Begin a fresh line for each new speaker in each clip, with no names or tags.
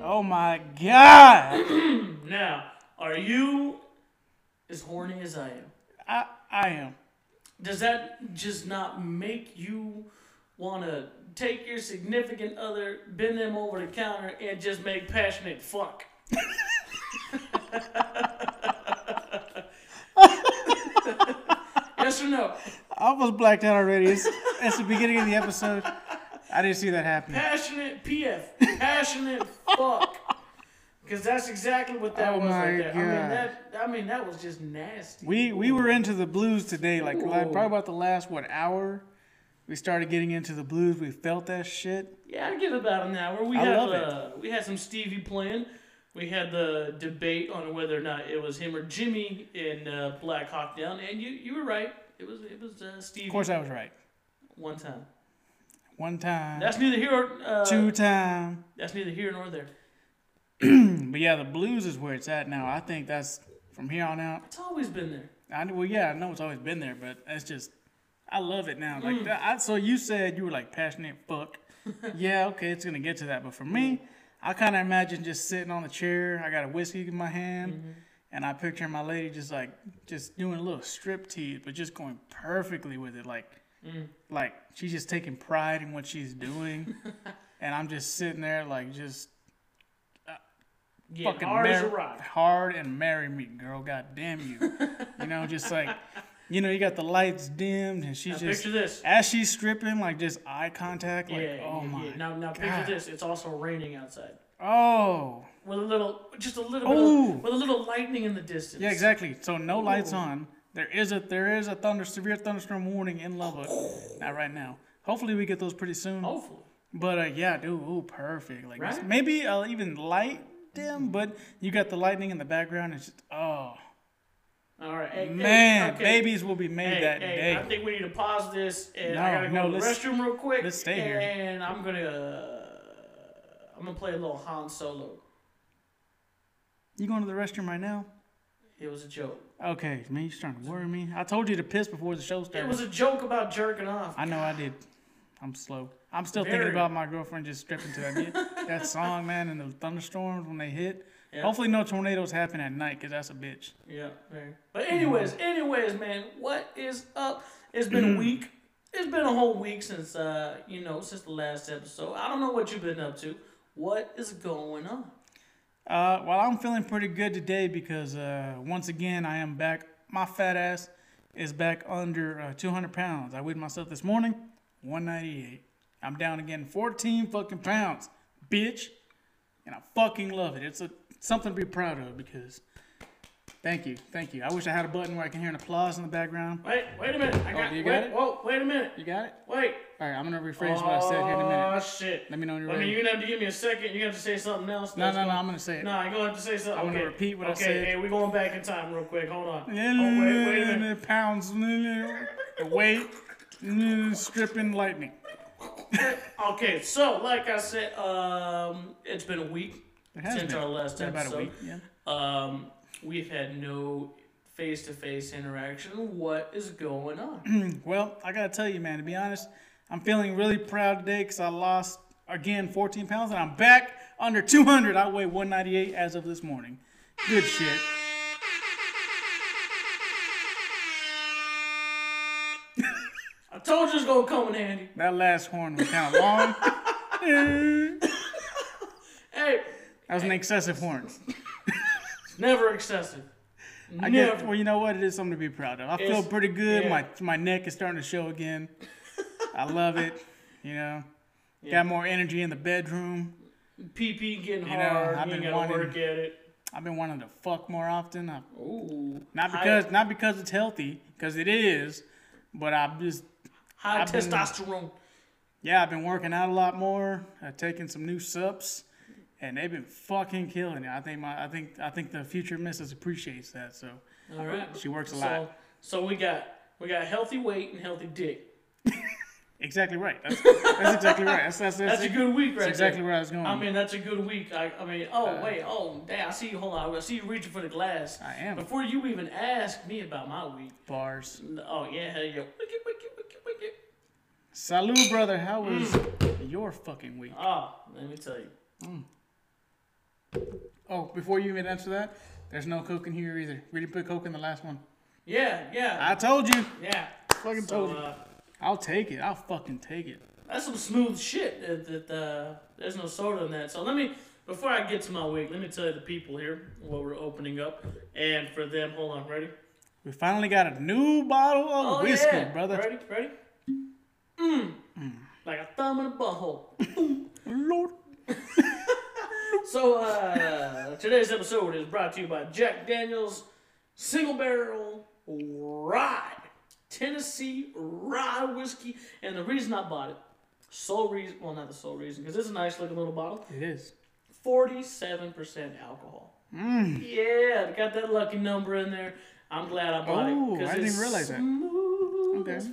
Oh that.
now, are you as horny as I am?
I I am.
Does that just not make you want to take your significant other, bend them over the counter, and just make passionate fuck? yes or no?
I was blacked out already. It's, it's the beginning of the episode. I didn't see that happening.
Passionate PF. Passionate fuck. Because that's exactly what that
Oh
was right
my
there. I mean
God.
that. I mean that was just nasty.
We we were into the blues today, like, like
Ooh.
probably about the last what hour. We started getting into the blues. We felt that shit.
Yeah, I give it about an hour. We
I
had
love it.
uh, we had some Stevie playing. We had the debate on whether or not it was him or Jimmy in uh, Black Hawk Down, and you you were right. It was it was uh, Stevie.
Of course, I was right.
one time.
One time,
That's neither here. Or, uh,
two time.
That's neither here nor there.
But yeah, the blues is where it's at now. I think that's from here on out.
It's always been there.
I well, yeah, I know it's always been there, but that's just I love it now. Like that, I, so, you said you were like passionate fuck. yeah, okay, it's gonna get to that. But for me, I kind of imagine just sitting on the chair. I got a whiskey in my hand, and I picture my lady just like just doing a little strip tease, but just going perfectly with it. Like, like she's just taking pride in what she's doing, and I'm just sitting there like just
Yeah,
fucking
hard as a
mar-
rock.
hard and marry me, girl. God damn you. you know, just like, you know, you got the lights dimmed and she's
Now
just
picture this.
as she's stripping, like just eye contact, like
yeah,
oh
yeah,
my.
yeah. Now now
God.
picture this. It's also raining outside.
Oh,
With a little, just a little,
Ooh.
bit of, with a little lightning in the distance.
Oh. yeah, exactly. So no lights
Ooh.
on. There is a there is a thunder severe thunderstorm warning in Lubbock. Not right now. Hopefully we get those pretty soon.
Hopefully.
But uh, yeah, dude, ooh, perfect. Like
Oh. Right?
maybe uh, even light dim, but you got the lightning in the background. It's just oh
All right. Hey, hey,
man,
okay.
babies will be made
Hey,
that
hey,
day.
I think we need to pause this, and I
No,
gotta go
no,
to the
let's-
restroom real quick.
let's stay here.
And I'm gonna, uh, I'm gonna play a little Han Solo.
You going to the restroom right now?
It was a joke.
Okay, man, you starting to worry me. I told you to piss before the show
It
started.
was a joke about jerking off.
I know I did. I'm slow. I'm still
Very.
thinking about my girlfriend just stripping to that that song, man, and the thunderstorms when they hit.
Yeah.
Hopefully, no tornadoes happen at night, cause that's a bitch.
Yeah, man. But anyways, anyways, man, what is up? It's been
Mm.
a week. It's been a whole week since uh, you know, since the last episode. I don't know what you've been up to. What is going on?
Uh, well, I'm feeling pretty good today because uh, once again I am back. My fat ass is back under uh, 200 pounds. I weighed myself this morning, 198. I'm down again 14 fucking pounds, bitch, and I fucking love it. It's a something to be proud of because. Thank you, thank you. I wish I had a button where I can hear an applause in the background.
Wait, wait a minute. I Oh, got,
do you
wait,
got it?
Whoa, wait a minute.
You got it.
Wait.
All right, I'm gonna rephrase what I said here in a minute.
Oh shit.
Let me know when you're
I mean,
ready.
you're gonna have to give me a second. You're gonna have to say something else.
No,
that's
no, no.
gonna-
I'm gonna say it.
Nah, you're gonna have to say something.
I'm gonna
okay.
repeat what I
okay,
said.
Hey, we're going back in time real quick. Hold on. Oh, wait, wait a minute.
Oh, pounds, the weight, stripping lightning.
Okay, so like I said, um, it's been a week
It has
since
been.
our last
It's been about a
episode.
week. Yeah.
Um, we've had no face-to-face interaction. What is going on?
Well, I gotta tell you, man. To be honest, I'm feeling really proud today because I lost again 14 pounds and I'm back under 200. I weigh 198 as of this morning. Good shit.
I told you it's gonna come in handy.
That last horn was kind of long. that
Hey,
was an excessive horn.
it's never excessive.
I guess, well, you know what? It is something to be proud of. I feel
It's-
pretty good.
yeah.
My my neck is starting to show again. I love it. You know, got more energy in the bedroom.
PP getting
know,
hard.
I've
you
been
ain't gotta
wanting-
work at it.
I've been wanting to fuck more often. I,
Ooh.
not
High-
because not because it's healthy, because it is. But I've just
high
I've been-
testosterone.
yeah, I've been working out a lot more. I've taken some new sups, and they've been fucking killing it. I think my I think I think the future missus appreciates that. So
All right.
She works a
so,
lot.
So we got we got healthy weight and healthy dick.
exactly right. That's, that's exactly right. That's that's, that's,
That's a good week, right?
that's exactly
there.
where I was going.
I mean, that's a good week. I, I mean, oh wait, oh damn, I see you. Hold on, I see you reaching for the glass.
I am.
Before you even ask me about my week.
bars.
Oh yeah, hell yeah. Wicked, wicked, wicked, wicked.
Salud, brother. How Mm. was your fucking week?
Oh, let me tell you.
Oh, before you even answer that, there's no Coke in here either. We didn't put Coke in the last one.
Yeah, yeah,
I told you.
yeah.
Fucking
So,
told you.
uh,
I'll take it. I'll fucking take it.
That's some smooth shit. That, that uh, there's no soda in that. So let me, before I get to my week, let me tell you the people here what we're opening up, and for them, hold on, ready?
We finally got a new bottle of whiskey,
Oh, yeah.
brother. Mm.
Ready, ready? Mmm. Like a thumb in a butthole.
Lord.
So uh, today's episode is brought to you by Jack Daniel's Single Barrel Rye, Tennessee Rye Whiskey, and the reason I bought it, sole reason, well not the sole reason, because it's a nice looking little bottle,
It is.
forty-seven percent alcohol.
Mm.
Yeah, got that lucky number in there. I'm glad I bought
Oh,
it. 'cause
I didn't
it's
realize that.
smooth
Okay.
as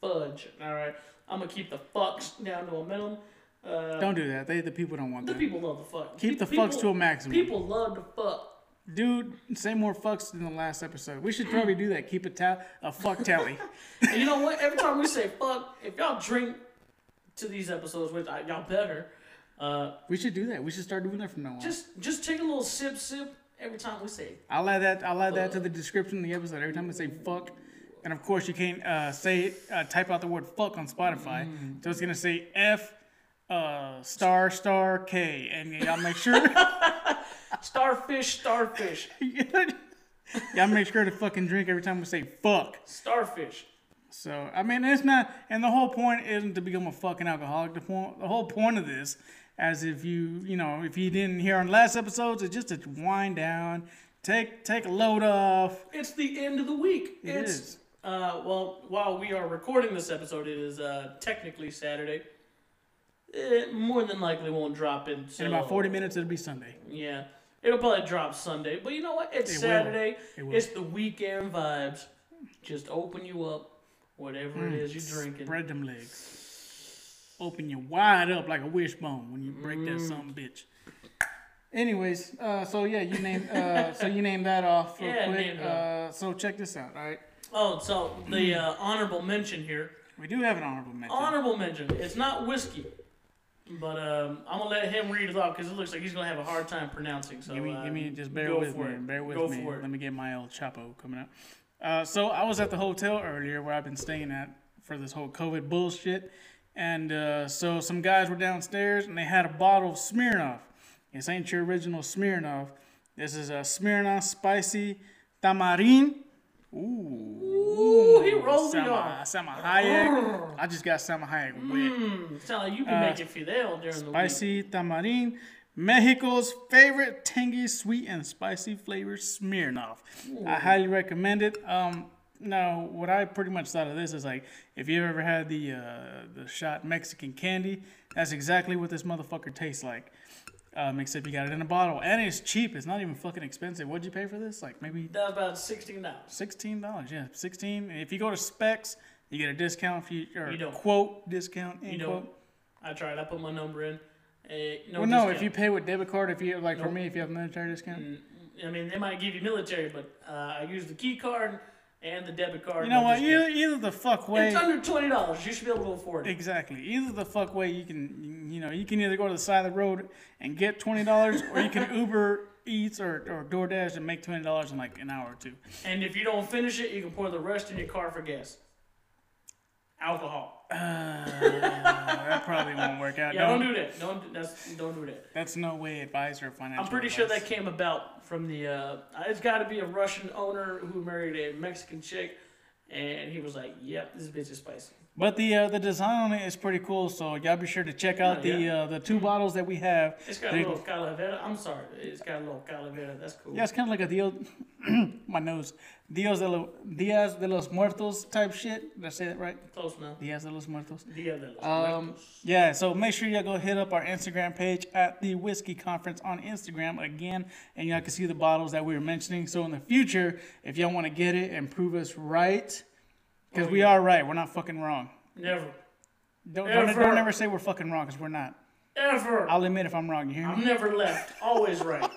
Fudge. All right, I'm gonna keep the fucks down to a minimum. Uh,
Don't do that. They the people don't want
the
that.
people love the fuck.
Keep the fucks to a maximum.
People love to fuck.
Dude, say more fucks than the last episode. We should probably do that. Keep a ta- a fuck tally.
And you know what? Every time we say fuck, if y'all drink to these episodes, which I, y'all better, uh,
we should do that. We should start doing that from now on.
just just take a little sip, sip every time we say.
I'll add that. I'll add that to the description of the episode. Every time I say fuck, and of course you can't uh, say uh, type out the word fuck on Spotify, so it's gonna say F uh, star star K, and y'all make sure
Starfish, starfish,
y'all make sure to fucking drink every time we say fuck.
starfish.
So I mean, it's not, and the whole point isn't to become a fucking alcoholic. The point, the whole point of this, as if you, you know, if you didn't hear on last episodes, it's just to wind down, take take a load off.
It's the end of the week. it's
is.
uh well while we are recording this episode, it is uh technically Saturday. It more than likely won't drop until
In about forty minutes, it'll be Sunday.
Yeah. It'll probably drop Sunday, but you know what? It's
It will.
Saturday.
It will.
It's the weekend vibes. Just open you up, whatever
Mm.
it is you're drinking.
Spread them legs. Open you wide up like a wishbone when you break that
Mm.
something bitch. Anyways, uh, so yeah, you name uh, so you name that off real
Yeah,
quick.
name it
Uh, so check this out, all right?
Oh, so
Mm.
the uh, honorable mention here.
We do have an honorable mention.
Honorable mention. It's not whiskey, but um, I'm gonna let him read it off because it looks like he's gonna have a hard time pronouncing. So
Give me,
uh,
give me, just bear
go
with
for
me.
it.
Bear with
go
me.
For it.
Let me get my old Chapo coming up. Uh, so I was at the hotel earlier where I've been staying at for this whole COVID bullshit, and uh, so some guys were downstairs and they had a bottle of Smirnoff. This ain't your original Smirnoff. This is a Smirnoff spicy tamarind. Ooh,
Ooh, he rolled it
Sama-
off.
Sama Hayek. I just got Sama Hayek wet.
Mm, sound like you can make it fidel during the week.
uh, Spicy tamarind, Mexico's favorite tangy, sweet, and spicy flavor, Smirnoff. I highly recommend it. Um, now, what I pretty much thought of this is like, if you've ever had the uh, the shot Mexican candy, that's exactly what this motherfucker tastes like. Um, except you got it in a bottle, and it's cheap. It's not even fucking expensive. What'd you pay for this? Like maybe
That's about sixteen dollars.
sixteen dollars. Yeah, sixteen. And If you go to Specs, you get a discount. If you or
You don't.
quote discount. End
You
quote.
know, I tried. I put my number in. Uh, no
Well, no,
discount.
if you pay with debit card, if you like for
Nope. Mm.
me, if you have military discount,
I mean, they might give you military, but uh, I use the key card and the debit card.
you know
and I
what?
just get-
Either, either the fuck way,
It's under twenty dollars. You should be able to afford it.
exactly. Either the fuck way, you can you know you can either go to the side of the road and get twenty dollars, or you can Uber Eats or or DoorDash and make twenty dollars in like an hour or two.
And if you don't finish it, you can pour the rest in your car for gas. Alcohol.
Uh, That probably won't work out.
Yeah,
don't,
don't, do that. Don't do- that's don't do that.
that's no way advice or financial.
I'm pretty sure
advice.
that came about from the. Uh, it's got to be a Russian owner who married a Mexican chick, and he was like, "Yep, this bitch is spicy."
But the uh, the design on it is pretty cool, so y'all be sure to check out
Oh,
the
yeah.
uh, the two bottles that we have.
It's got a
They-
little calavera. I'm sorry, it's got a little calavera. That's cool.
Yeah, it's kind of like a Dios, my nose, Dios de, lo, Dias de los Muertos type shit. Did I say that right?
Close enough.
Dias de los Muertos.
Dia de los
Um,
Muertos.
yeah, so make sure y'all go hit up our Instagram page at the Whiskey Conference on Instagram again, and y'all can see the bottles that we were mentioning. So in the future, if y'all want to get it and prove us right, because we are right, we're not fucking wrong.
Never.
Don't, don't,
Ever.
don't ever say we're fucking wrong, because we're not.
Ever.
I'll admit if I'm wrong. You hear me?
I'm never left. Always right.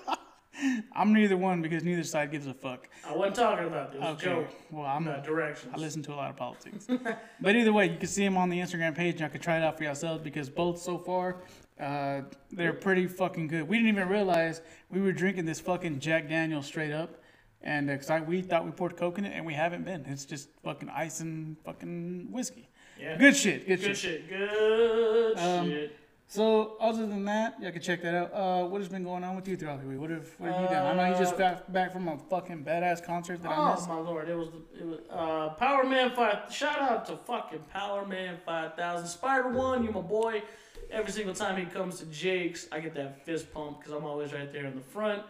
I'm neither one because neither side gives a fuck.
I wasn't talking about this.
Okay.
Joke.
Well, I'm
About directions.
I listen to a lot of politics. but either way, you can see them on the Instagram page. Y'all can try it out for yourselves because both so far, uh, they're pretty fucking good. We didn't even realize we were drinking this fucking Jack Daniel straight up. And because I we thought we poured coke in it, and we haven't been. It's just fucking ice and fucking whiskey.
Yeah.
Good shit. Good, shit.
Good shit. Good
Um,
shit.
So other than that, y'all can check that out. Uh, what has been going on with you throughout the week? What have what have you done? I know you just
Uh,
got back from a fucking badass concert that I
Oh
missed.
my lord! It was it was uh, Power Man Five. Shout out to fucking Power Man Five Thousand Spider One. You my boy. Every single time he comes to Jake's, I get that fist pump because I'm always right there in the front.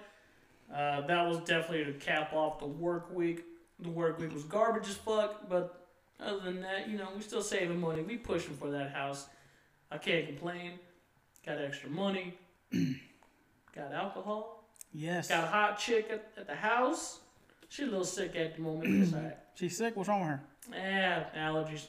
Uh, that was definitely to cap off the work week. The work week was garbage as fuck, but other than that, you know, we still saving money. We pushing for that house. I can't complain. Got extra money. Got alcohol.
Yes.
Got a hot chick at, at the house. She a little sick at the moment. It's all right.
She's sick. What's wrong with her?
Yeah, allergies.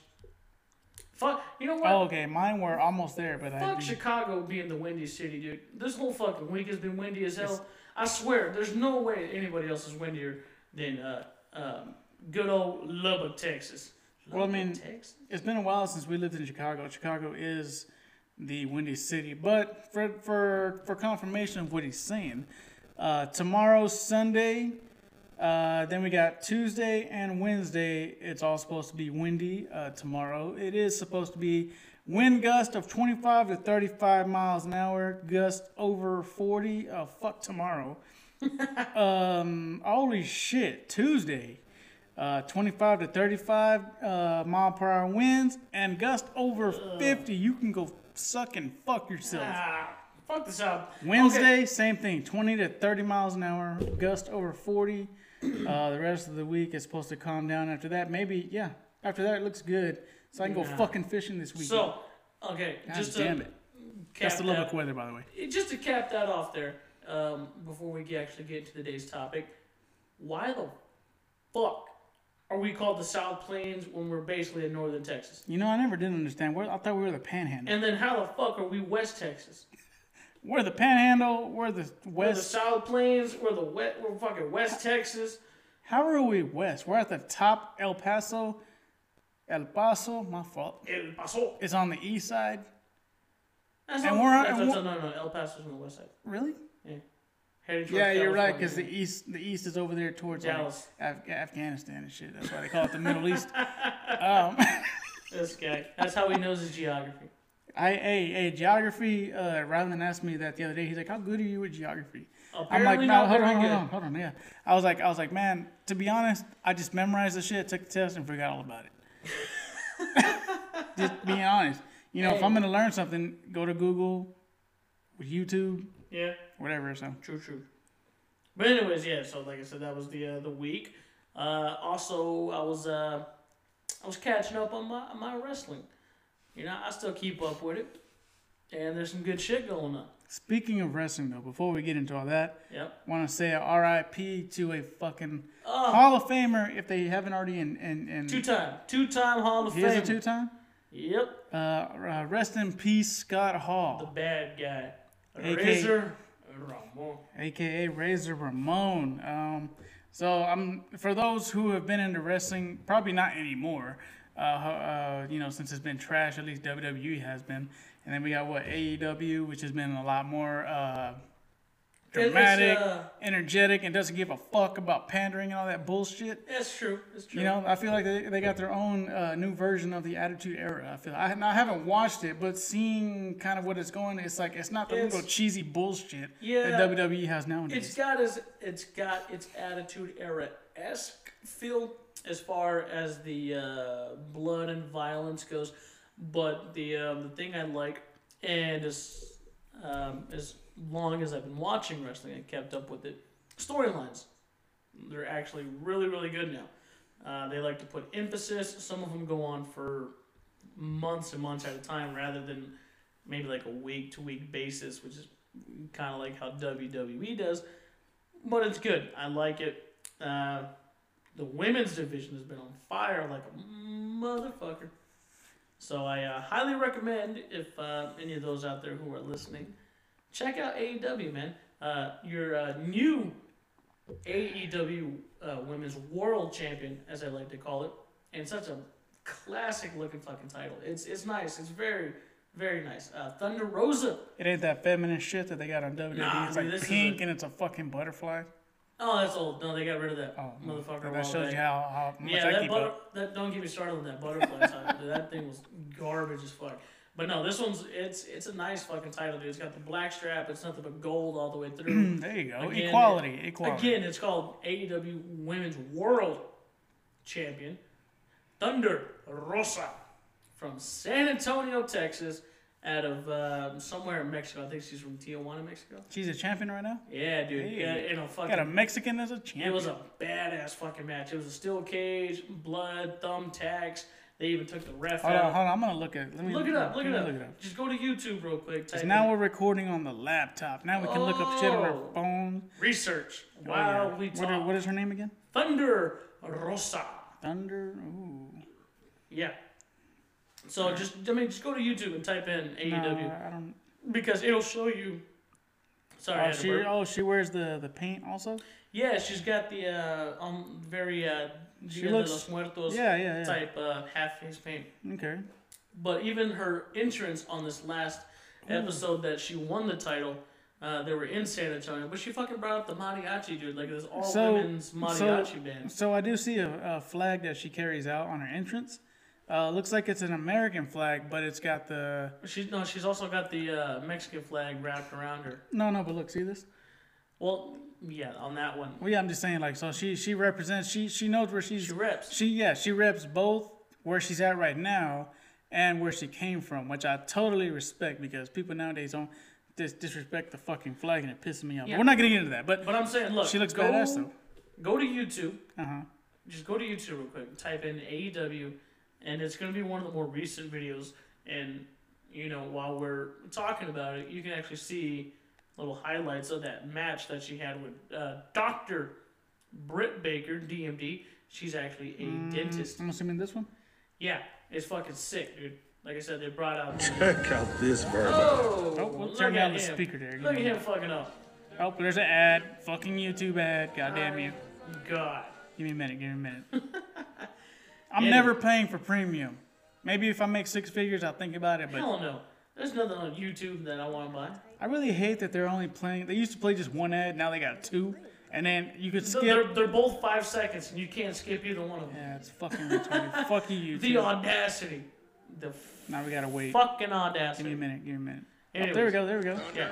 Fuck. You know what?
Oh, okay. Mine were almost there, but I
Fuck
didn't-
Chicago being the windy city, dude. This whole fucking week has been windy as hell.
It's-
I swear, there's no way anybody else is windier than uh, um, good old Lubbock, Texas.
Well, I mean-
Lubbock, Texas.
it's been a while since we lived in Chicago. Chicago is the windy city, but for for for confirmation of what he's saying, uh, tomorrow Sunday, uh, then we got Tuesday and Wednesday. It's all supposed to be windy. Uh, tomorrow it is supposed to be wind gust of 25 to 35 miles an hour, gust over 40. Uh, fuck tomorrow. um, holy shit! Tuesday uh, 25 to 35 uh, mile per hour winds and gust over 50 you can go suck and fuck yourself
Ah, fuck this up.
wednesday same thing 20 to 30 miles an hour gust over 40 uh, the rest of the week is supposed to calm down after that maybe yeah after that it looks good so i can go
Nah.
fucking fishing this week
So, okay,
God
just
damn
to
it
cap
that's the
that
lubbock weather by the way
It- just to cap that off there, um, before we get- actually get into today's topic, why the fuck are we called the South Plains when we're basically in northern Texas?
you know i never did understand where i thought we were the panhandle
And then how the fuck are we West Texas?
we're the panhandle we're the
We're the
west
South Plains, we're the wet, we're fucking West Texas.
How are we west? We're at the top. El Paso, El Paso, my fault.
El Paso.
It's on the east side.
That's
And
not-
we're-
that's-
and
that's- no, no, no, El Paso's on the west side.
Really?
Heading towards
Yeah, you're right.
California.
Because the east, the east is over there towards like,
Dallas.
Af- Afghanistan and shit. That's why they call it the Middle East. Um,
This guy. That's how he knows his geography.
I, hey, hey, geography. Uh, Rylan asked me that the other day. He's like, "How good are you with geography?"
Apparently
I'm like,
not
"No, hold on,
very
hold
good."
on, hold on." Yeah, I was like, I was like, man, to be honest, I just memorized the shit, took the test, and forgot all about it. just being honest, you know, if
Hey.
I'm gonna learn something, go to Google, YouTube,
Yeah.
whatever. So
True, true. But anyways, yeah. So like I said, that was the uh, the week. Uh, also, I was uh, I was catching up on my my wrestling. You know, I still keep up with it, and there's some good shit going on.
speaking of wrestling, though, before we get into all that,
Yep.
want to say a R.I.P. to a fucking Hall of Famer if they haven't already. And and
Oh. Two
and
time, two time Hall of
he is a
Fame.
two-time.
Yep.
Uh, uh, rest in peace, Scott Hall.
The bad guy.
AK.
Razor Ramon.
aka Razor Ramon. Um, so I'm for those who have been into wrestling, probably not anymore. Uh, uh, you know, since it's been trash, at least WWE has been, and then we got what AEW, which has been a lot more uh,
It- it's,
dramatic,
uh,
energetic, and doesn't give a fuck about pandering and all that bullshit.
That's true. That's true.
You know, I feel like they, they got their own uh, new version of the Attitude Era. I feel I, I haven't watched it, but seeing kind of what it's going, it's like it's not the
It's-
little cheesy bullshit
Yeah.
that WWE has nowadays.
It's got its it's got its attitude era esque feel as far as the uh, blood and violence goes, but the um, the thing I like and as um, as long as I've been watching wrestling, I kept up with it. Storylines, they're actually really really good now. Uh, they like to put emphasis. Some of them go on for months and months at a time, rather than maybe like a week to week basis, which is kind of like how WWE does. But it's good. I like it. Uh, the women's division has been on fire like a motherfucker. So I uh, highly recommend if uh, any of those out there who are listening, check out AEW, man. uh, your uh, new AEW uh, Women's World Champion, as I like to call it, and such a classic looking fucking title. It's it's nice. It's very very nice. Uh, Thunder Rosa.
It ain't that feminine shit that they got on WWE.
Nah,
it's
dude,
like
this is
pink
a-
and it's a fucking butterfly.
Oh, that's old. No, they got rid of that
Oh,
motherfucker. a
That
while
shows
back.
you how, how much
Yeah,
I
that
keep
butter,
up.
that don't get me started on that butterfly title. dude. That thing was garbage as fuck. But no, this one's it's it's a nice fucking title, dude. It's got the black strap. It's nothing but gold all the way through.
Mm, There you go.
Again,
equality. Equality.
Again, it's called AEW Women's World Champion Thunder Rosa from San Antonio, Texas, out of um, somewhere in Mexico. I think she's from Tijuana, Mexico.
She's a champion right now.
Yeah, dude.
Hey.
Yeah, in a fucking
Got a Mexican as a
it
champion.
was a badass fucking match. It was a steel cage, blood, thumbtacks. They even took the ref
hold on,
out.
hold on. I'm gonna look at. Let me
Look it up.
let
Look it
me
up. Just go to YouTube real quick. Type
'Cause
in
Now we're recording on the laptop. Now we can look up shit on our
Oh.
phones.
research.
Oh,
Wow,
yeah.
we
What are-
talk.
what is her name again?
Thunder Rosa.
Thunder. Ooh.
Yeah. So just I mean just go to YouTube and type in
Nah,
AEW
Uh, I don't.
because it'll show you. Sorry, I
Oh
had to
she,
burp.
oh, she wears the, the paint also?
yeah, she's got the uh, um very uh,
She
Dia de
looks-
los Muertos
Yeah, yeah, yeah.
type uh, half face paint.
Okay.
But even her entrance on this last
Hmm.
episode that she won the title, uh, they were in San Antonio, but she fucking brought up the mariachi dude, like this all
So-
women's mariachi band.
So I do see a, a flag that she carries out on her entrance. Uh, looks like it's an American flag, but it's got the.
She's no, she's also got the uh, Mexican flag wrapped around her.
No, no, but look, see this?
Well, yeah, on that one,
Well, yeah, I'm just saying, like, so she she represents, she she knows where she's.
she reps.
She yeah, she reps both where she's at right now and where she came from, which I totally respect because people nowadays don't dis- disrespect the fucking flag and it pisses me off. But
Yeah.
We're not getting into that, but
But I'm saying, look,
she looks
go,
badass though.
Go to YouTube.
Uh huh.
Just go to YouTube real quick. Type in AEW, and it's gonna be one of the more recent videos. And you know, while we're talking about it, you can actually see little highlights of that match that she had with uh, Doctor Britt Baker, DMD. She's actually a
Mm-hmm.
dentist.
I'm assuming this one.
Yeah, it's fucking sick, dude. Like I said, they brought out.
Check out this verb.
Oh,
Oh, well,
look
turn down
at
the
him.
speaker there. you
Look at
know.
him fucking up.
Oh, there's an ad. Fucking YouTube ad. God damn you.
God.
Give me a minute. Give me a minute. I'm
Yeah.
never paying for premium. Maybe if I make six figures, I'll think about it. But
Hell no. There's nothing on YouTube that I want to buy.
I really hate that they're only playing. They used to play just one ad. Now they got two, and then you could
So
skip.
They're, they're both five seconds, and you can't skip either one of them.
Yeah, it's fucking retarded. Fuck you,
The
YouTube.
audacity. The
Now we gotta wait.
fucking
Give me a
audacity.
minute. Give me a minute. Oh,
Anyways.
there we go. There we go.
Yeah,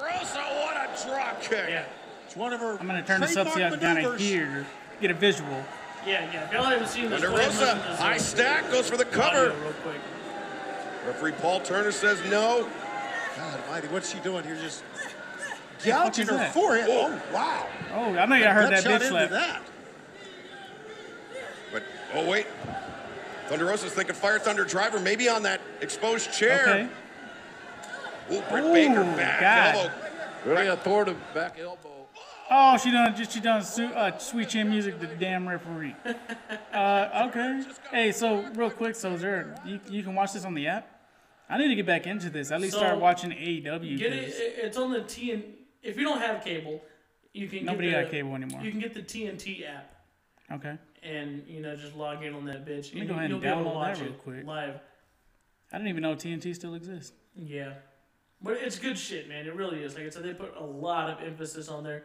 Rosa, what a drop kick.
yeah,
It's one of her
I'm gonna turn this up so y'all can kind of hear, get a visual.
yeah, yeah. If y'all haven't seen this,
Thunder
play, listen
Rosa,
to this
high
audio
stack, goes for the cover.
real quick.
Referee Paul Turner says no. God mighty, what's she doing here? Just gouging
is
her
that?
forehead. Oh, wow.
Oh, I know y'all heard that
Gut shot
bitch
into
slap.
that. But, oh, wait. Thunder Rosa's thinking Fire Thunder Driver maybe on that exposed chair.
Okay.
Ooh, Britt
Ooh,
Baker back
God.
elbow.
Very authoritative back elbow.
Oh, she done just she done su- uh, sweet chin music to the damn referee. Uh, okay. Hey, so real quick, so is there you, you can watch this on the app? I need to get back into this. At least
So,
start watching AEW.
Get it.
'cause
it- It's on the TN. If you don't have cable, you can
Nobody
get the,
got cable anymore.
You can get the TNT app
Okay.
and you know just log in on that bitch.
me
and
go
you-
ahead and
you'll be able to
download
watch
that real
it
quick.
live.
I didn't even know TNT still exists.
Yeah. But it's good shit, man. It really is. Like I said, they put a lot of emphasis on there.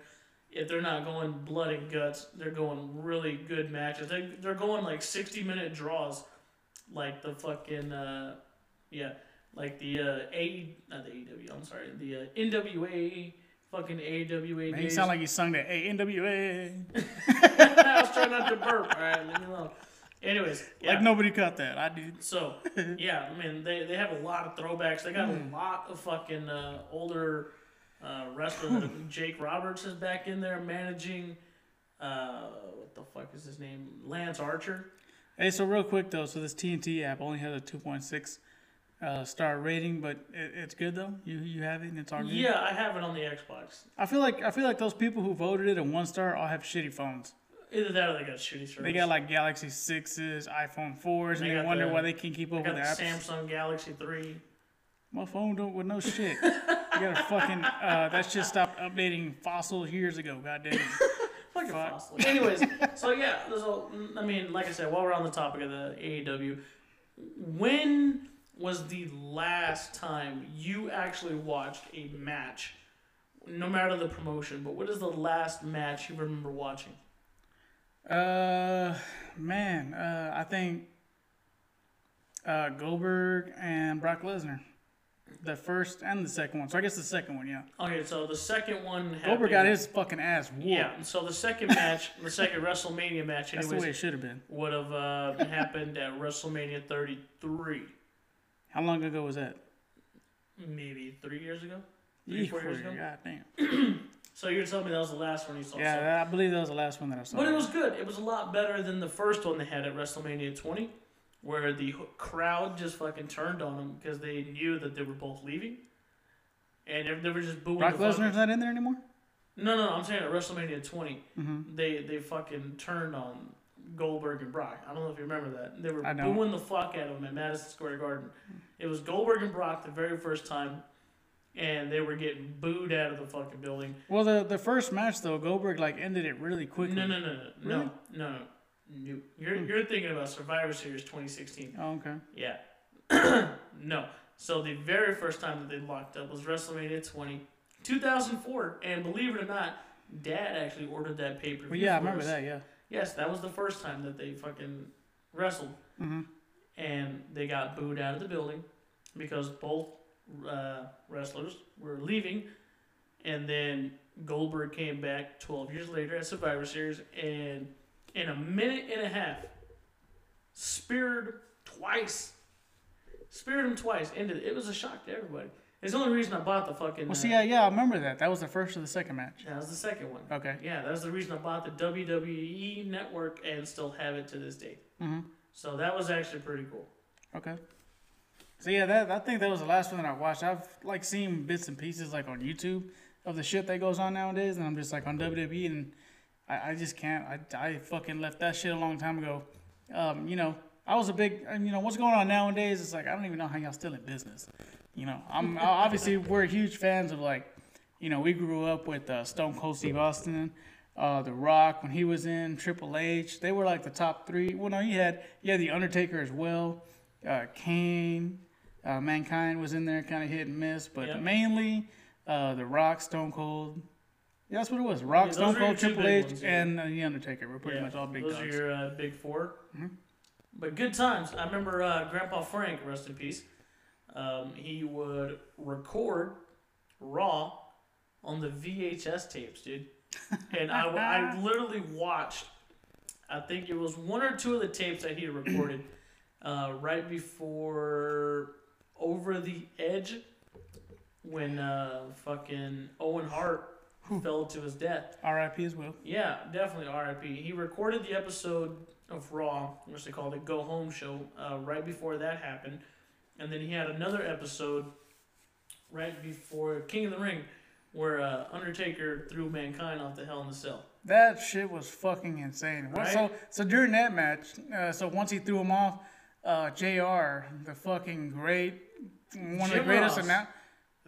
If they're not going blood and guts, they're going really good matches. They, they're going like 60 minute draws, like the fucking, uh, yeah, like the uh, A, not the AEW, I'm sorry, the uh, NWA, fucking E AWA.
Man, you
days.
sound like you sung that A NWA.
I was trying not to burp. All right, leave me alone. Anyways, yeah.
Like nobody caught that. I did.
So yeah, I mean they, they have a lot of throwbacks. They got a lot of fucking uh, older uh, wrestlers. Jake Roberts is back in there managing. Uh, what the fuck is his name? Lance Archer.
Hey, so real quick though, so this TNT app only has a 2.6 uh, star rating, but it, it's good though. You you have it and it's on.
Yeah, I have it on the Xbox.
I feel like I feel like those people who voted it a one star all have shitty phones.
Either that or they got shitty service.
They got like Galaxy sixes, iPhone fours, and
They
they,
got
wonder
the-
why they can't keep
They
up
got
with
the
apps.
Samsung Galaxy Three.
My phone don't with no shit. you gotta fucking uh, that shit stopped updating fossils years ago. God damn it.
Fucking
Fuck.
fossil. Anyways, so yeah, so mm, I mean, like I said, while we're on the topic of the AEW, when was the last time you actually watched a match, no matter the promotion? But what is the last match you remember watching?
Uh, man, uh, I think uh, Goldberg and Brock Lesnar, the first and the second one. So I guess the second one, yeah.
Okay, so the second one. Happened,
Goldberg got his fucking ass whooped.
Yeah, so the second match, the second WrestleMania match,
That's the way it
anyways,
should have been.
would have uh, happened at WrestleMania 33,
How long ago was that?
maybe three years ago, three four years ago.
God damn.
So you're telling me that was the last one you saw?
Yeah,
so-
that, I believe that was the last one that I saw.
But it was good. It was a lot better than the first one they had at WrestleMania 20, where the h- crowd just fucking turned on them because they knew that they were both leaving, and they- they were just booing.
Brock
the fucking-
Lesnar's not in there anymore.
No, no, I'm saying at WrestleMania 20,
Mm-hmm.
they they fucking turned on Goldberg and Brock. I don't know if you remember that. They were
I don't.
booing the fuck out of them at Madison Square Garden. It was Goldberg and Brock the very first time, and they were getting booed out of the fucking building.
Well, the the first match though, Goldberg like ended it really quickly. Hmm.
No, no, no, no, no, no, no. no. You're you're thinking about Survivor Series 2016.
Oh, okay.
Yeah. no. So the very first time that they locked up was WrestleMania 20, 2004, and believe it or not, Dad actually ordered that pay per view.
Well, yeah, I remember that. Yeah.
Yes, that was the first time that they fucking wrestled,
Mm-hmm.
and they got booed out of the building because both uh, wrestlers were leaving, and then Goldberg came back 12 years later at Survivor Series, and in a minute and a half, speared twice, speared him twice. Ended it. It was a shock to everybody. It's the only reason I bought the fucking.
Well, see, yeah,
uh,
yeah, I remember that. That was the first or the second match.
that was the second one.
Okay.
Yeah, that was the reason I bought the WWE network and still have it to this day. Mm-hmm. So that was actually pretty cool.
Okay. So yeah, that I think that was the last one that I watched. I've like seen bits and pieces like on YouTube of the shit that goes on nowadays, and I'm just like on WWE, and I, I just can't. I, I fucking left that shit a long time ago. Um, you know, I was a big, and, you know, what's going on nowadays? It's like I don't even know how y'all still in business. You know, I'm obviously we're huge fans of like, you know, we grew up with uh, Stone Cold Steve Austin, uh, The Rock when he was in Triple H. They were like the top three. Well, no, you had you had the Undertaker as well, uh, Kane, uh, Mankind was in there, kind of hit and miss, but
Yeah.
mainly uh, The Rock, Stone Cold. Yeah, that's what it was. Rock,
those
Stone
were your
Cold,
two
Triple H,
big ones, yeah.
and uh, The Undertaker. We're pretty
Yeah,
much all big
Those
dogs. Mm-hmm.
are your uh, big 4 But good times. I remember uh, Grandpa Frank, rest in peace. Um, he would record Raw on the VHS tapes, dude. And I, w- I literally watched. I think it was one or two of the tapes that he had recorded uh, right before Over the Edge when uh, fucking Owen Hart fell to his death.
R.I.P. as well.
Yeah, definitely RIP. He recorded the episode of Raw, which they called the Go Home Show, uh, right before that happened. And then he had another episode right before King of the Ring, where uh, Undertaker threw Mankind off the Hell in the Cell.
That shit was fucking insane. Well, So so during that match, uh, so once he threw him off, uh, Jr. the fucking great, one of the
Jim
greatest,
Ross.
and now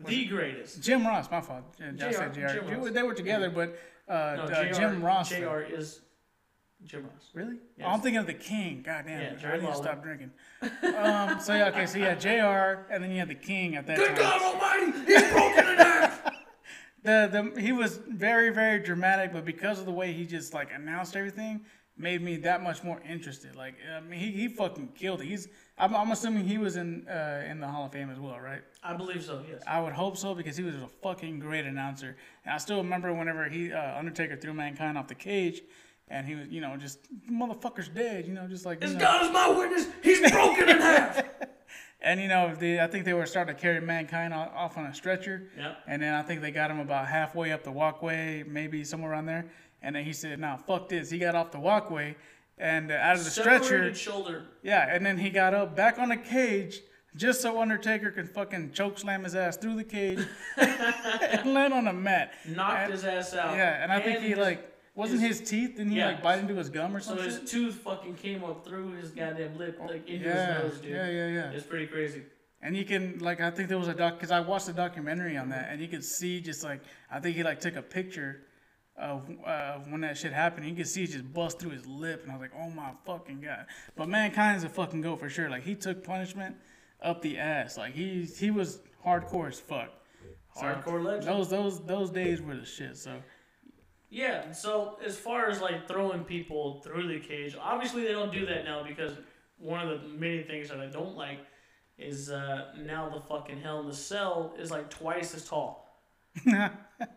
The greatest.
Jim Ross. My fault. J- I said
Jr.,
Jr.
Jim Ross.
They were together, but uh,
No,
uh,
JR,
Jim Ross. though.
JR is Jim Ross.
Really?
Yes.
Oh, I'm thinking of the King. God damn
Yeah,
it! I
Jerry
need to
Lawler.
stop drinking. um, so yeah, okay, so yeah, Jr. and then you had the King at that time.
Almighty, he's broken in half!
the the he was very very dramatic, but because of the way he just like announced everything, made me that much more interested. Like I mean, he, he fucking killed it. He's I'm, I'm assuming he was in uh, in the Hall of Fame as well, right?
I believe so, yes.
I would hope so because he was a fucking great announcer. And I still remember whenever he uh, Undertaker threw Mankind off the cage, and he was you know just motherfucker's dead, you know just like you know.
God is my witness, he's broken in half!
And you know, they, I think they were starting to carry mankind o- off on a stretcher.
Yep.
And then I think they got him about halfway up the walkway, maybe somewhere around there. And then he said, "Nah, fuck this." He got off the walkway and uh, out of the stretcher.
Separated shoulder.
Yeah. And then he got up back on the cage just so Undertaker could fucking choke slam his ass through the cage and land on the mat.
knocked
And-
his ass out.
Yeah. And I think he
his-
like wasn't his teeth? Didn't he
Yeah.
like bite into his gum or
so
something?
his tooth fucking came up through his goddamn lip, like into
Yeah,
his nose, dude.
yeah, yeah, yeah.
It's pretty crazy.
And you can like I think there was a doc because I watched a documentary on that, and you could see just like I think he like took a picture of uh, when that shit happened. You could see it just bust through his lip, and I was like, oh my fucking god. But mankind's a fucking goat for sure. Like he took punishment up the ass. Like he he was hardcore as fuck. So,
Hardcore legend.
Those those those days were the shit. So
Yeah, so as far as like throwing people through the cage, obviously they don't do that now because one of the many things that I don't like is uh, now the fucking hell in the cell is like twice as tall.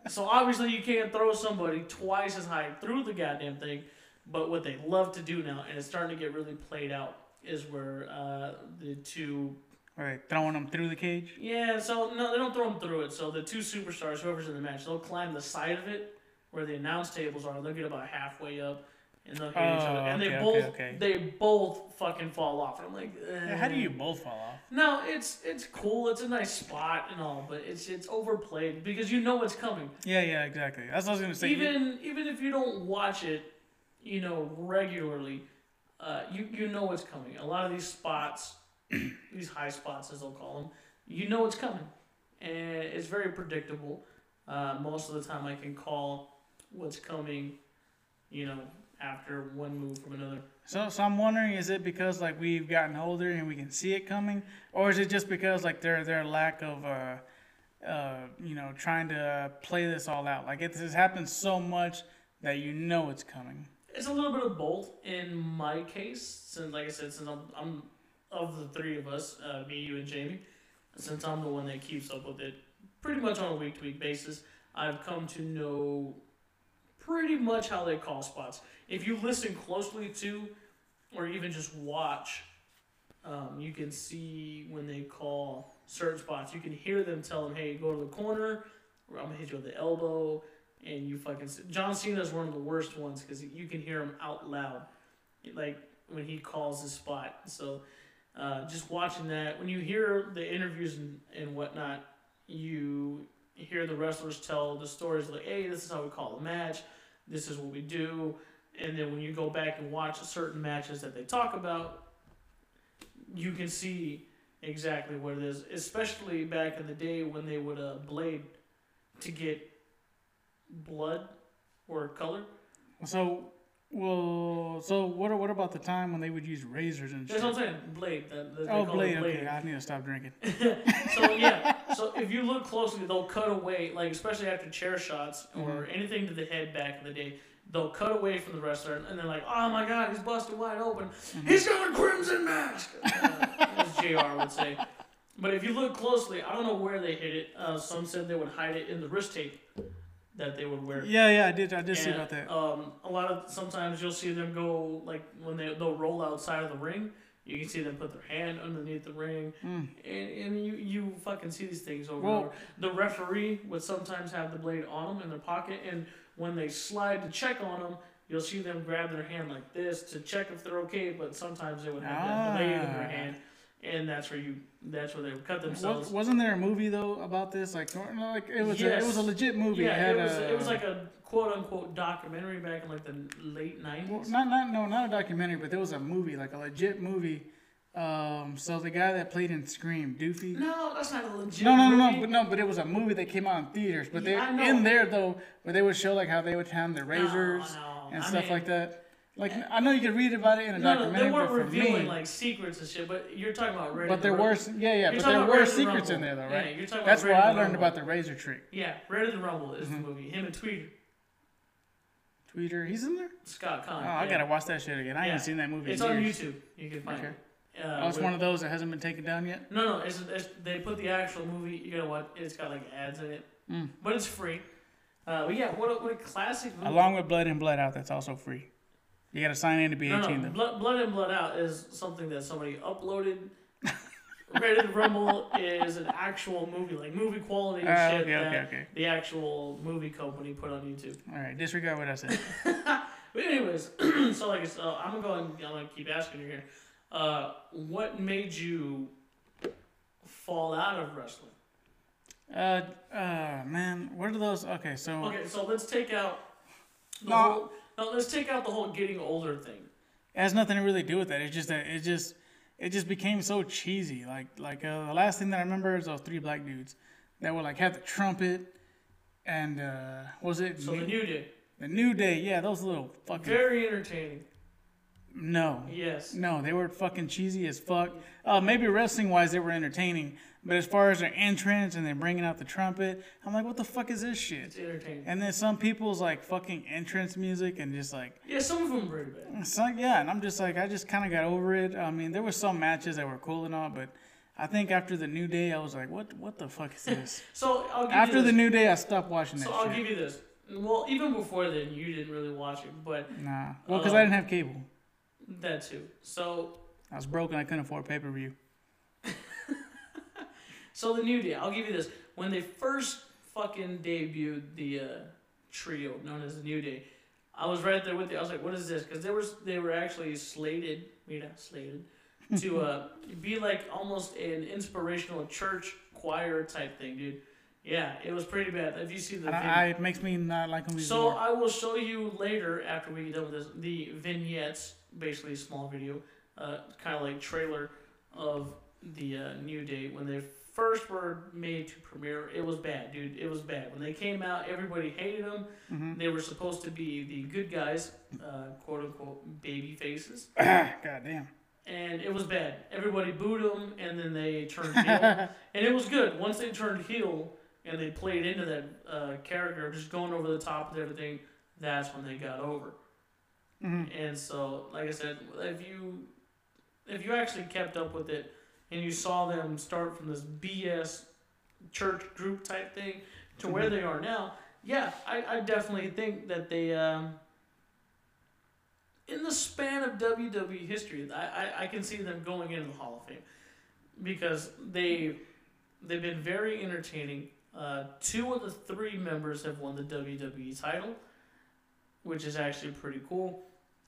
so obviously you can't throw somebody twice as high through the goddamn thing. But what they love to do now, and it's starting to get really played out, is where uh, the two
right, throwing them through the cage.
yeah, so no, they don't throw them through it. So the two superstars, whoever's in the match, they'll climb the side of it where the announce tables are. They'll get about halfway up, and they'll hit each other.
Oh,
And they
okay,
both
okay, okay.
they both fucking fall off. And I'm like,
Yeah, How do you both fall off?
No, it's it's cool. It's a nice spot and all, but it's it's overplayed because you know what's coming.
Yeah, yeah, exactly. That's what I was gonna say.
Even even if you don't watch it, you know regularly, uh, you you know what's coming. A lot of these spots, these high spots as they'll call them, you know what's coming, and it's very predictable. Uh, most of the time, I can call what's coming. You know, after one move from another.
So, so I'm wondering, is it because like we've gotten older and we can see it coming, or is it just because like their their lack of, uh, uh, you know, trying to uh, play this all out? Like it has happened so much that you know it's coming.
It's a little bit of both in my case, since like I said, since I'm, I'm of the three of us, uh, me, you, and Jamie, since I'm the one that keeps up with it pretty much on a week to week basis, I've come to know pretty much how they call spots. If you listen closely to, or even just watch, um, you can see when they call certain spots. You can hear them tell them, "Hey, go to the corner, or I'm gonna hit you with the elbow." and you fucking John Cena is one of the worst ones because you can hear him out loud, like when he calls his spot. So, uh, just watching that when you hear the interviews and, and whatnot, you hear the wrestlers tell the stories like, "Hey, this is how we call the match. This is what we do." And then when you go back and watch certain matches that they talk about, you can see exactly what it is. Especially back in the day when they would uh, blade to get blood or color.
So, well, so what? What about the time when they would use razors and
That's
shit?
what I'm saying. Blade. That, that they
Oh,
call it
blade. Okay, I need to stop drinking.
So yeah. So if you look closely, they'll cut away, like especially after chair shots or anything to the head back in the day. They'll cut away from the wrestler, and they're like, "Oh my God, he's busted wide open. He's got a crimson mask," uh, as Jr. would say. But if you look closely, I don't know where they hid it. Uh, some said they would hide it in the wrist tape that they would wear.
Yeah, yeah, I did. I did see
And,
about that.
Um, a lot of sometimes you'll see them go like when they they'll roll outside of the ring. You can see them put their hand underneath the ring, and, and you you fucking see these things over
Hmm. Well-
and over. The referee would sometimes have the blade on them in their pocket, and when they slide to check on them, you'll see them grab their hand like this to check if they're okay. But sometimes they would have that blade in
Ah.
their hand, and that's where you that's where they would cut
Wa-
themselves.
wasn't there a movie though about this? Like, like it was a, it was a
Yes.
legit movie.
Yeah,
had
it was
a,
it was like a quote unquote documentary back in like the late
Well,
nineties.
not not no, not a documentary, but there was a movie, like a legit movie. Um, so the guy that played in Scream, Doofy.
No, that's not a legit.
No, no, no,
movie.
no, but no, but it was a movie that came out in theaters. But they
Yeah, I know.
in there though, where they would show like how they would hand the razors
no,
and
I
stuff
mean- eh.
like that. Like I know you could read about it in a
No, no,
documentary,
they weren't
but for
revealing
me,
like secrets and shit. But you're talking about. Ready
but there were s- yeah, yeah, but
talking
there
about
were
Ready to
secrets
Rumble.
in there though,
Yeah,
right?
you're talking
That's
about
where I
Ready to
learned
Rumble.
about the razor trick.
Yeah, Ready to Rumble is
Mm-hmm.
the movie. Him and Tweeter,
Tweeter, he's in there.
Scott Conn.
Oh, I gotta watch that shit again. I
yeah.
haven't seen that movie.
It's
in
on
years.
YouTube. You can find
Okay.
it. Uh,
Oh, it's
with-
one of those that hasn't been taken down yet.
No, no, it's, it's they put the actual movie. You gotta watch. It's got like ads in it,
Mm.
but it's free. Uh, but yeah, what a, what a classic movie.
Along with Blood and Blood Out, that's also free. You gotta sign in to be
No,
18
no,
though.
blood, blood in blood out is something that somebody uploaded. Ready to Rumble is an actual movie, like movie quality and
Ah,
shit
okay, okay,
that
okay.
the actual movie company put on YouTube.
All right, disregard what I said.
But anyways, so like I said, I'm going. I'm gonna keep asking you here. Uh, what made you fall out of wrestling?
Uh, uh, man, what are those? Okay, so
Okay, so let's take out. The
No.
Whole, no, let's take out the whole getting older thing.
it has nothing to really do with that. It's just that it just it just became so cheesy. Like like uh, the last thing that I remember is those three black dudes that would like have the trumpet and uh, what was it
So the new day,
The New Day? Yeah, those little fucking
very entertaining.
no.
Yes.
No, they were fucking cheesy as fuck. Uh, maybe wrestling wise, they were entertaining, but as far as their entrance and then bringing out the trumpet, I'm like, what the fuck is this shit?
It's entertaining.
And then some people's like fucking entrance music and just like,
yeah, some of them were pretty bad.
it's like yeah, and I'm just like, I just kind of got over it. I mean, there were some matches that were cool and all, but I think after the New Day, I was like, what what the fuck is this?
So I'll give
after
you
the
this.
New Day, I stopped watching that
So I'll
shit.
give you this. Well, even before then, you didn't really watch it, but
nah,
Oh,
well, because I didn't have cable.
that too. So
I was broke and I couldn't afford pay per view.
So the New Day, I'll give you this. When they first fucking debuted the uh, trio known as the New Day, I was right there with you. I was like, "What is this?" Because they were they were actually slated, you know, slated to uh, be like almost an inspirational church choir type thing, dude. Yeah, it was pretty bad. If you see the
I,
video.
I, it makes me not like them. even
So
more.
I will show you later after we get done with this the vignettes, basically a small video, uh, kind of like trailer of the uh, new day when they first were made to premiere. It was bad, dude. It was bad when they came out. Everybody hated them. They were supposed to be the good guys, uh, quote unquote, baby faces
God damn.
and it was bad. Everybody booed them, and then they turned heel. and it was good. Once they turned heel and they played into that uh, character, of just going over the top with everything, that's when they got over. And so, like I said, if you if you actually kept up with it and you saw them start from this BS church group type thing to where they are now, yeah, I, I definitely think that they. Um, in the span of WWE history, I, I, I can see them going into the Hall of Fame because they they've been very entertaining. Uh, two of the three members have won the WWE title, which is actually pretty cool.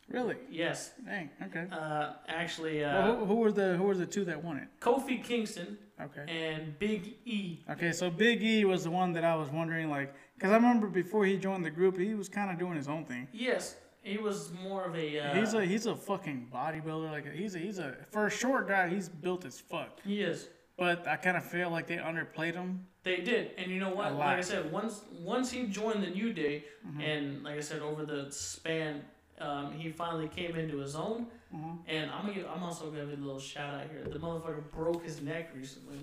Really?
Yes,
Dang. Okay.
uh, actually,
well,
uh,
who, who were the who were the two that won it?
Kofi Kingston
Okay.
and Big E.
Okay. So Big E was the one that I was wondering, like, because I remember before he joined the group, he was kind of doing his own thing.
Yes, he was more of a. Uh,
He's a he's a fucking bodybuilder. Like he's a he's a for a short guy, he's built as fuck.
he is.
But I kind of feel like they underplayed him.
They did, and you know what?
A
Like I
lot. Mm-hmm.
said, once once he joined the New Day, and like I said, over the span, um, he finally came into his own.
Mm-hmm.
And I'm gonna, give, I'm also gonna give a little shout out here. The motherfucker broke his neck recently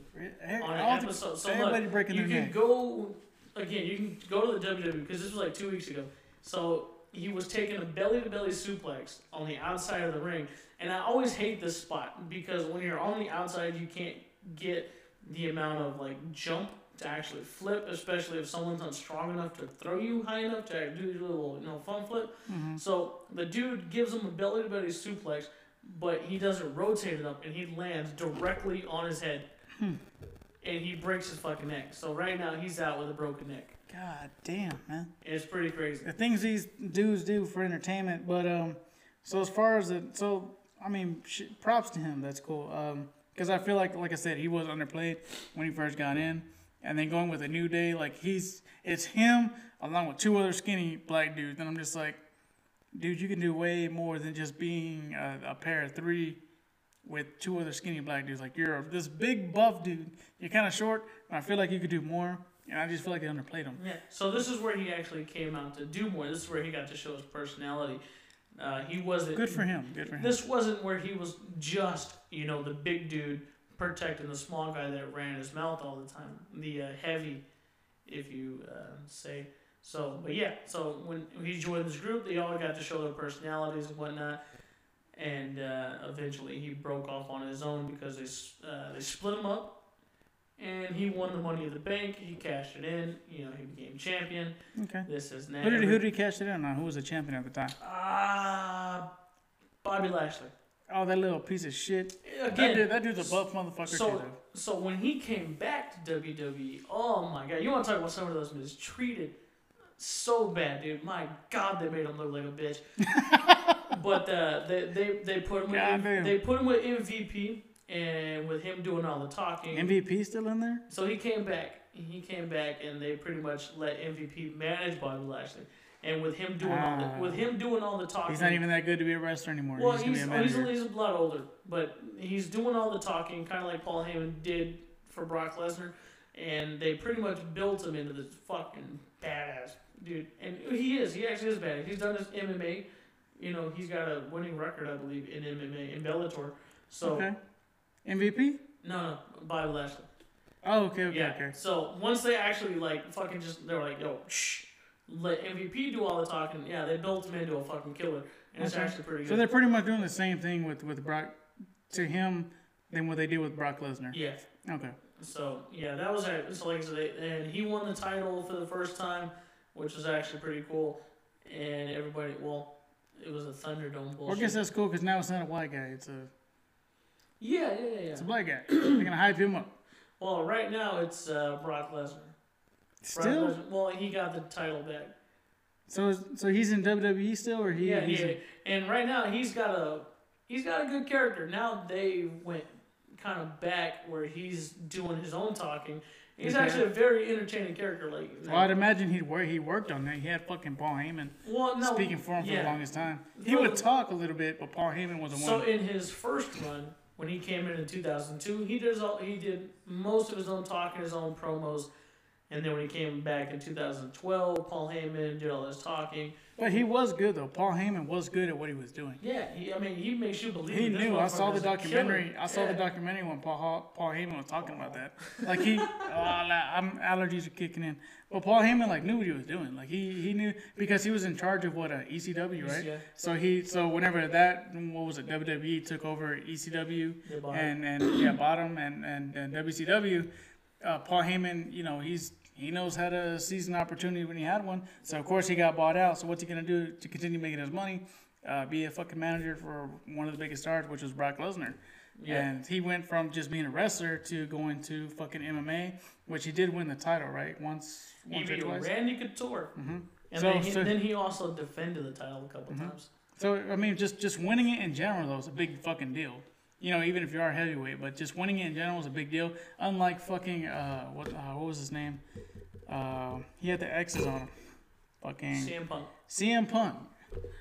on an
All the-
episode. So
everybody
look,
breaking
you
their
can
neck.
go again. You can go to the WWE because this was like two weeks ago. So he was taking a belly to belly suplex on the outside of the ring, and I always hate this spot because when you're on the outside, you can't get the amount of like jump to actually flip, especially if someone's not strong enough to throw you high enough to do your little you know fun flip.
Mm-hmm.
So the dude gives him a belly to belly suplex. But he doesn't rotate it up, and he lands directly on his head and he breaks his fucking neck. So right now he's out with a broken neck.
God damn, man.
And it's pretty crazy.
the things these dudes do for entertainment. But um, so as far as the so I mean, sh- props to him. That's cool. Um, because I feel like like I said, he was underplayed when he first got in, and then going with a new day, like he's it's him along with two other skinny black dudes, and I'm just like, dude, you can do way more than just being a, a pair of three. With two other skinny black dudes, like you're this big buff dude, you're kind of short, and I feel like you could do more. And I just feel like they underplayed him.
Yeah. So this is where he actually came out to do more. This is where he got to show his personality. Uh, he wasn't
Good for him. Good for him.
This wasn't where he was just you know the big dude protecting the small guy that ran his mouth all the time. The uh, heavy, if you uh, say so. But yeah. So when he joined this group, they all got to show their personalities and whatnot. and uh, eventually he broke off on his own because they s- uh, they split him up, and he won the money of the bank. He cashed it in. You know, he became champion.
Okay.
This is now.
Who did, who did he cash it in on? Who was the champion at the time?
Ah, Bobby Lashley.
Oh, that little piece of shit. That,
Again,
dude, that dude's a buff motherfucker.
so
too,
so when he came back to WWE, oh my god, you want to talk about someone that was mistreated so bad, dude? My god, they made him look like a bitch. but uh, they, they they put him with,
Goddamn.
they put him with MVP and with him doing all the talking.
though. MVP still in there?
So he came back. He came back, and they pretty much let MVP manage Bobby Lashley. And with him doing all the, with him doing all the talking,
Ah. He's not even that good to be a wrestler anymore.
well,
he's gonna
he's
be a
oh, he's,
manager.
he's a blood older, but he's doing all the talking, kind of like Paul Heyman did for Brock Lesnar, and they pretty much built him into this fucking badass dude. And he is. He actually is badass. He's done his MMA. You know, he's got a winning record, I believe, in MMA in Bellator. So
okay. MVP?
no, no, Bobby Lashley.
Oh, okay, okay,
Yeah.
okay.
So once they actually like fucking just they were like, yo, shh, let MVP do all the talking. Yeah, they built him into a fucking killer, and it's
Okay.
actually pretty good.
So they're pretty much doing the same thing with with Brock to him than what they did with Brock Lesnar.
yeah.
Okay.
So yeah, that was it. So like I said, and he won the title for the first time, which was actually pretty cool. And everybody, well, it was a Thunderdome
Well, I
bullshit.
guess that's cool because now it's not a white guy; it's a
yeah, yeah, yeah, yeah.
it's a black guy. They're gonna hype him up.
Well, right now it's uh, Brock Lesnar. Brock
Still,
Lesnar. Well, he got the title back.
so is- so he's in WWE still, or he?
Yeah,
he's
yeah.
in-
And right now he's got a he's got a good character. Now they went kind of back where he's doing his own talking. He's
Okay.
actually a very entertaining character. Like,
Well, I'd imagine he'd wor- he worked on that. He had fucking Paul Heyman
well, no,
speaking for him for
yeah.
the longest time. He
Well-
would talk a little bit, but Paul Heyman was the
So
one.
in his first run, when he came in in 2002, he did his all, he did most of his own talking, his own promos, and then when he came back in 2012, Paul Heyman did all his talking.
but he was good though. Paul Heyman was good at what he was doing.
Yeah, he, I mean, he makes you believe.
He
this
knew. I saw
motherfucker
the
is a
documentary.
killer.
I saw the
Yeah.
documentary when Paul Paul Heyman was talking about that. Like he, oh, la- I'm allergies are kicking in. But Paul Heyman like knew what he was doing. Like he he knew because he was in charge of what uh, ECW, right?
Yeah.
So he so whenever that what was it WWE took over ECW
Yeah, Bottom.
and and yeah bottom and and, and WCW, uh, Paul Heyman you know he's he knows how to seize an opportunity when he had one. So of course he got bought out. So what's he gonna do to continue making his money? Uh, be a fucking manager for one of the biggest stars, which was Brock Lesnar.
Yeah.
And he went from just being a wrestler to going to fucking MMA, which he did win the title, right? Once,
He
once or
beat
twice. Mm-hmm.
Randy Couture. And
So-
then, he,
so- Mm-hmm.
then he also defended the title a couple times.
So I mean, just just winning it in general though is a big fucking deal. You know, even if you are heavyweight, but just winning it in general is a big deal. Unlike fucking uh, what uh, what was his name? Uh, he had the X's on him. Fucking
CM Punk.
CM Punk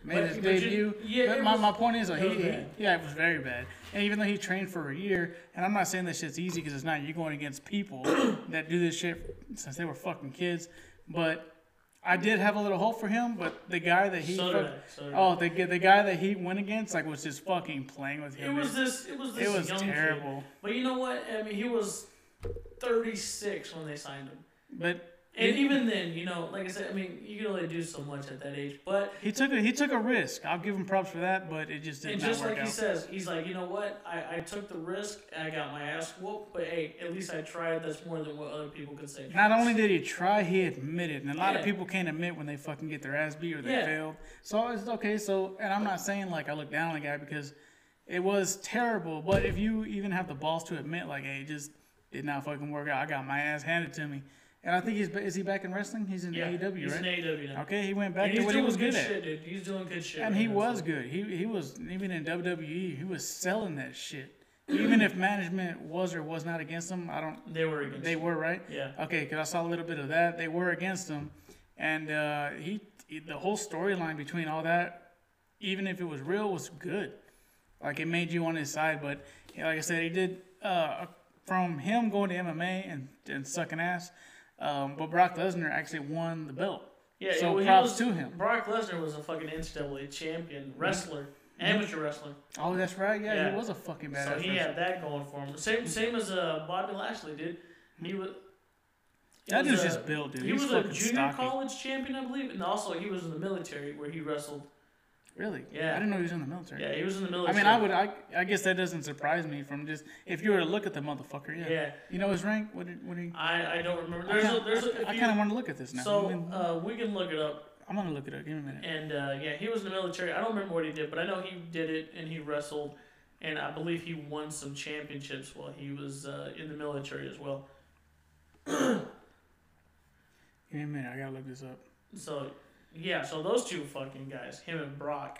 made
But-
his
but you-
debut.
yeah,
but
it
my,
was-
my point is, though,
it
he,
was
he-
bad.
yeah, it was very bad. And even though he trained for a year, and I'm not saying this shit's easy because it's not. You're going against people that do this shit since they were fucking kids. But I did have a little hope for him. But the guy that he,
So
fuck-
did I, so did I.
oh, the g- the guy that he went against, like, was just fucking playing with
It
him.
was this. It was this
was
young
terrible.
Kid. But you know what? I mean, he was 36 when they signed him.
but
And even then, you know, like I said, I mean, you can only do so much at that age. But
he took a he took a risk. I'll give him props for that, but it just did
and
not
just
work
like
out.
he says, he's like, you know what? I, I took the risk. I got my ass whooped. But hey, at least I tried. That's more than what other people could say.
Not only did he try, he admitted, and a lot of
Yeah.
people can't admit when they fucking get their ass beat or they
Yeah.
failed. So it's okay. So, and I'm not saying like I look down on the guy because it was terrible. But if you even have the balls to admit, like, hey, it just did not fucking work out. I got my ass handed to me. And I think he's is he back in wrestling? He's in
Yeah,
AEW,
he's
right?
an AEW now.
okay, he went
And
back to
he's
what he
doing
was
good
good at,
shit, dude. He's doing good shit.
and
right
he
now,
was
so-
good. He he was even in WWE, he was selling that shit. Even if management was or was not against him, I don't
They were against.
they were right.
Yeah.
Okay, because I saw a little bit of that. They were against him, and uh, he, he- the whole storyline between all that, even if it was real, was good. Like it made you on his side. But yeah, like I said, he did uh, from him going to MMA and, and sucking ass. Um, but Brock Lesnar actually won the belt.
Yeah,
So
well, he
props
was-
to him.
Brock Lesnar was a fucking NCAA champion wrestler, amateur wrestler.
Oh, that's right. Yeah,
Yeah.
he was a fucking badass.
So he
wrestler.
had that going for him. Same
Mm-hmm.
same as uh, Bobby Lashley did. He was. he
That
was
dude's
a-
just built, dude.
He
He's
was a
fucking
junior
stocky.
college champion, I believe, and also he was in the military where he wrestled.
Really?
Yeah.
I didn't know he was in the military.
Yeah, he was in the
I
military.
mean, I would. I, I guess that doesn't surprise me from just if you were to look at the motherfucker. Yeah.
Yeah.
You know his rank. What? Did, what did he?
I, I don't remember.
I
There's
kinda,
a, there's a, if
I,
you-
kind of want to look at this now.
so
I mean,
uh, we can look it up.
I'm gonna look it up. Give me a minute.
And uh, yeah, he was in the military. I don't remember what he did, but I know he did it and he wrestled, and I believe he won some championships while he was uh, in the military as well.
Give me a minute. I gotta look this up.
So yeah, so those two fucking guys, him and Brock,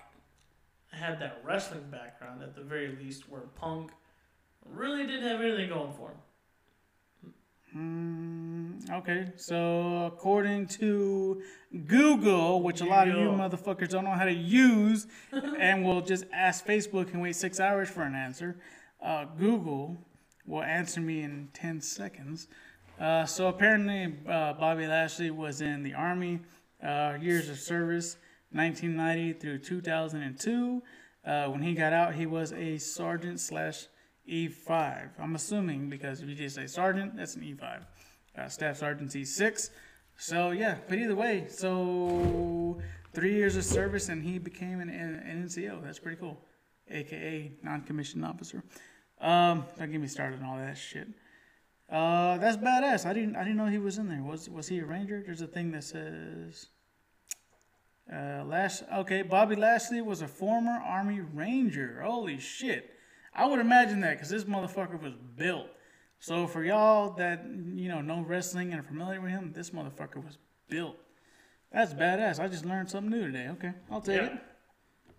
had that wrestling background at the very least, where Punk really didn't have anything going for him.
Mm, Okay, so according to Google, which a lot of you
Google.
motherfuckers don't know how to use, and will just ask Facebook and wait six hours for an answer, uh, Google will answer me in 10 seconds. Uh, so apparently, uh, Bobby Lashley was in the Army, uh, years of service, 1990 through 2002. Uh, when he got out, he was a sergeant slash E5. I'm assuming because if you just say sergeant, that's an E5. Uh, Staff Sergeant C6. So yeah, but either way, so three years of service and he became an, an NCO. That's pretty cool, aka non-commissioned officer. Um, don't get me started on all that shit. Uh, that's badass. I didn't I didn't know he was in there. Was was he a ranger? There's a thing that says. Uh, Lash. Okay, Bobby Lashley was a former Army Ranger. Holy shit! I would imagine that because this motherfucker was built. So for y'all that you know know wrestling and are familiar with him, this motherfucker was built. That's badass. I just learned something new today. Okay, I'll take
Yeah.
it.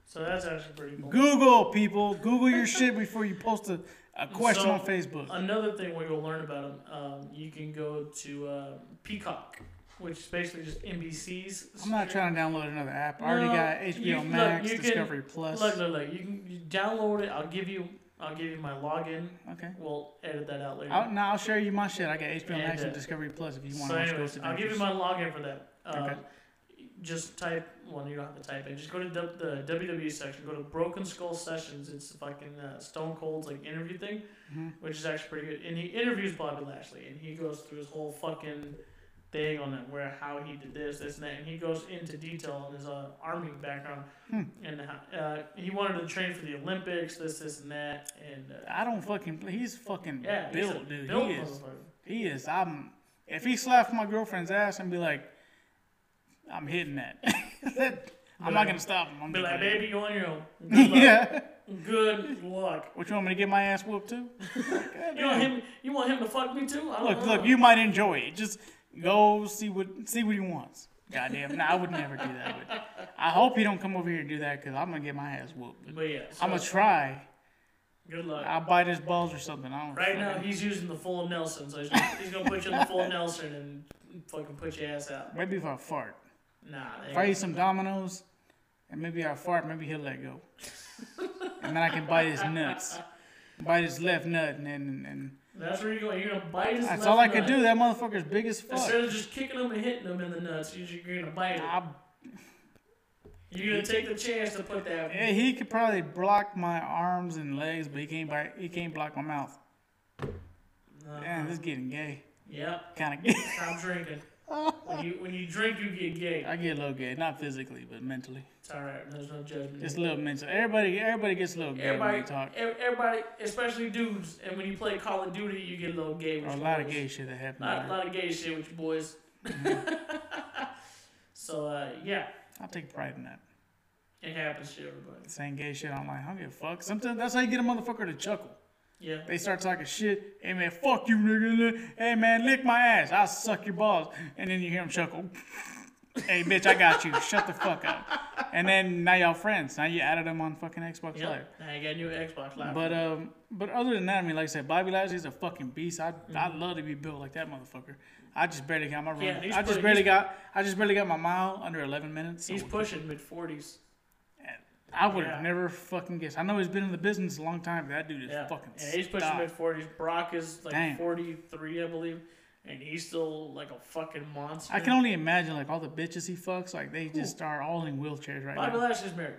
So that's actually pretty cool.
Google people. Google your shit before you post a, a question
So,
on Facebook.
Another thing we will learn about him, um, you can go to uh, Peacock, which is basically just NBC's.
I'm not trying to download another app. I already
No,
got HBO
you- look,
Max,
you can-
Discovery Plus.
Look, look, look. You can you download it. I'll give you. I'll give you my login.
Okay.
We'll edit that out later.
I'll, no, I'll share you my shit. I got HBO
And,
Max and
uh,
Discovery Plus if you want
so,
to watch
anyways,
Ghost
I'll give you
Adventures.
my login for that. Um,
Okay.
Just type. Well, you don't have to type it. Just go to the, the WWE section. Go to Broken Skull Sessions. It's fucking uh, Stone Cold's like interview thing,
Mm-hmm.
which is actually pretty good. And he interviews Bobby Lashley, and he goes through his whole fucking thing on it, where how he did this, this, and that. And he goes into detail on his uh, army background,
Hmm.
and how, uh, he wanted to train for the Olympics, this, this, and that. And uh,
I don't fucking. He's fucking
yeah, he's a
built, dude.
built
he is.
motherfucker.
He is. I'm. If he slapped my girlfriend's ass and be like, I'm hitting that. that I'm not gonna stop him. I'm
Be
just
like,
gonna-
baby, you're on your own. Good luck.
yeah.
Good luck.
What you want me to get my ass whooped too?
You want him? You want him to fuck me too? I don't
Look,
know.
look. You might enjoy it. Just go see what see what he wants. Goddamn. No, I would never do that. But I hope he don't come over here and do that because I'm gonna get my ass whooped.
But yeah, so
I'm gonna try.
good luck.
I'll bite his balls or something. I don't
right
fucking-
now, he's using the full Nelson, so he's gonna, he's gonna put you in the full Nelson and fucking put your ass out.
Maybe if I fart.
Nah.
If I eat some Dominoes, and maybe I fart, maybe he'll let go. and then I can bite his nuts. Bite his left nut, and then. And
That's where you're going. You're gonna bite his.
that's
left
all I
nut.
could do. That motherfucker's big as fuck.
Instead of just kicking him and hitting him in the nuts, you're, just- you're gonna bite it.
I,
You're gonna take the chance to put that.
eh, he could probably block my arms and legs, but he can't bite, He can't block my mouth. Damn, this is getting gay.
Yep.
Kind of gay.
Stop drinking. When you when you drink, you get gay.
I get a little gay, not physically, but mentally.
It's all right. There's no judgment.
Just a little mental. Everybody, everybody gets a little gay when
Everybody,
they talk.
ev- everybody, especially dudes, and when you play Call of Duty, you get a little gay. With
A
your
lot of
boys.
gay shit that happened.
lot,
there.
lot of gay shit with your boys. so uh, yeah,
I'll take pride in that.
it happens to everybody.
Saying gay shit online, I don't give a fuck. Sometimes that's how you get a motherfucker to chuckle.
Yeah,
They start talking shit. Hey man, fuck you, nigga. Hey man, lick my ass. I'll suck your balls. And then you hear him chuckle. hey bitch, I got you. Shut the fuck up. And then now y'all friends. Now you added them on fucking Xbox Live.
yep. Now you got a new Xbox Live.
But um, but other than that, I mean, like I said, Bobby Lashley's a fucking beast. I I'd love to be built like that motherfucker. I just barely got my run.
Mm-hmm. Yeah, he's
I just
pretty-
barely
he's-
got I just barely got my mile under 11 minutes. So
he's pushing mid forties.
I would have
yeah.
never fucking guessed. I know he's been in the business a long time, but that dude is
Yeah,
fucking.
yeah, he's pushing
stopped.
mid forties. Brock is like
Damn.
forty three, I believe, and he's still like a fucking monster.
I can only imagine like all the bitches he fucks. Like they just are all in wheelchairs right
Bobby
now.
Lashley's married.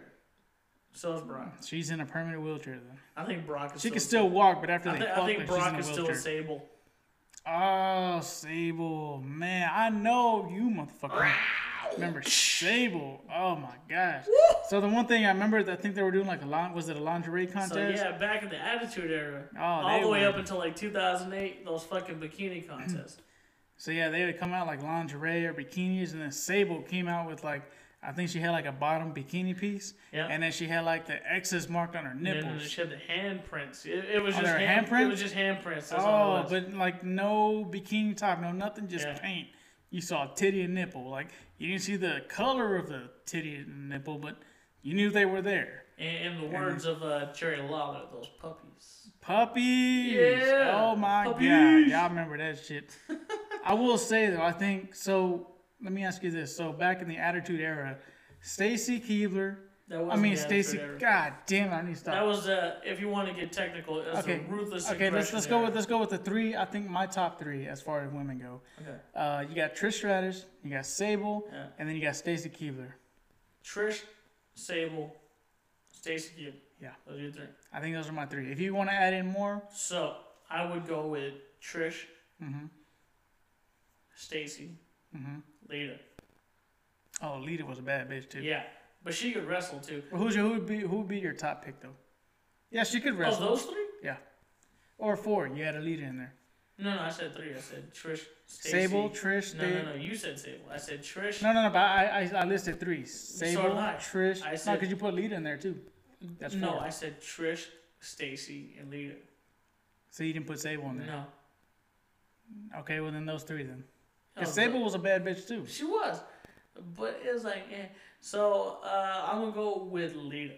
So is Brock.
She's in a permanent wheelchair though.
I think Brock is.
She
still
can still walk, but after
I,
they
think- I
fuck,
think
her, she's in
Brock is
a
still
wheelchair.
disabled.
oh, Sable, man, I know you, motherfucker. Remember Sable? Oh my gosh. So the one thing I remember, I think they were doing like a lon- was it a lingerie contest?
So yeah, back in the Attitude Era,
Oh,
all
they
the way
were-
up until like 2008, those fucking bikini contests.
So yeah, they would come out like lingerie or bikinis, and then Sable came out with like I think she had like a bottom bikini piece,
Yeah.
and then she had like the X's marked on her
and then
nipples.
she had the handprints. It, it was
Oh,
just
there were
hand, It
handprints?
was just handprints. That's all it
Oh,
was.
but like no bikini top, no nothing, just
Yeah.
paint. You saw titty and nipple. Like you didn't see the color of the titty and nipple, but You knew they were there.
In, in the words of uh, Jerry Lawler, those puppies.
Puppies.
Yeah,
Oh my god.
puppies.
Y'all remember that shit. I will say though, I think so let me ask you this. So back in the Attitude Era, Stacy Keebler.
That
I
wasn't
mean
the
Stacy
Attitude Era.
God damn it, I need to stop.
That was, uh, if you want to get technical, it's
okay.
a ruthless
okay, let's
aggression
let's go
era.
with let's go with the three. I think my top three as far as women go.
Okay.
Uh, you got Trish Stratus, you got Sable,
Yeah.
and then you got Stacy Keebler.
Trish, Sable, Stacey Q.
Yeah.
Those are your three.
I think those are my three. If you want to add in more,
So I would go with Trish,
Mm-hmm.
Stacy, Lita.
oh, Lita was a bad bitch too.
Yeah, but she could wrestle too.
But who's your, who would be who would be your top pick though? Yeah, she could
Oh,
wrestle.
those three?
Yeah, or four. You had a Lita in there.
No, no, I said three. I said Trish, Stacey.
Sable, Trish,
No,
Sta-
no, no. You said Sable. I said Trish.
No, no, no. But I I, I listed three. Sable,
did I.
Trish.
I
no,
said-
'cause you put Lita in there too. That's four.
No, I said Trish, Stacy, and Lita.
So you didn't put Sable in there.
No.
Okay, well then those three then.
Oh,
'Cause Sable was a bad bitch too.
She was, but it's like, eh. so uh, I'm gonna go with Lita.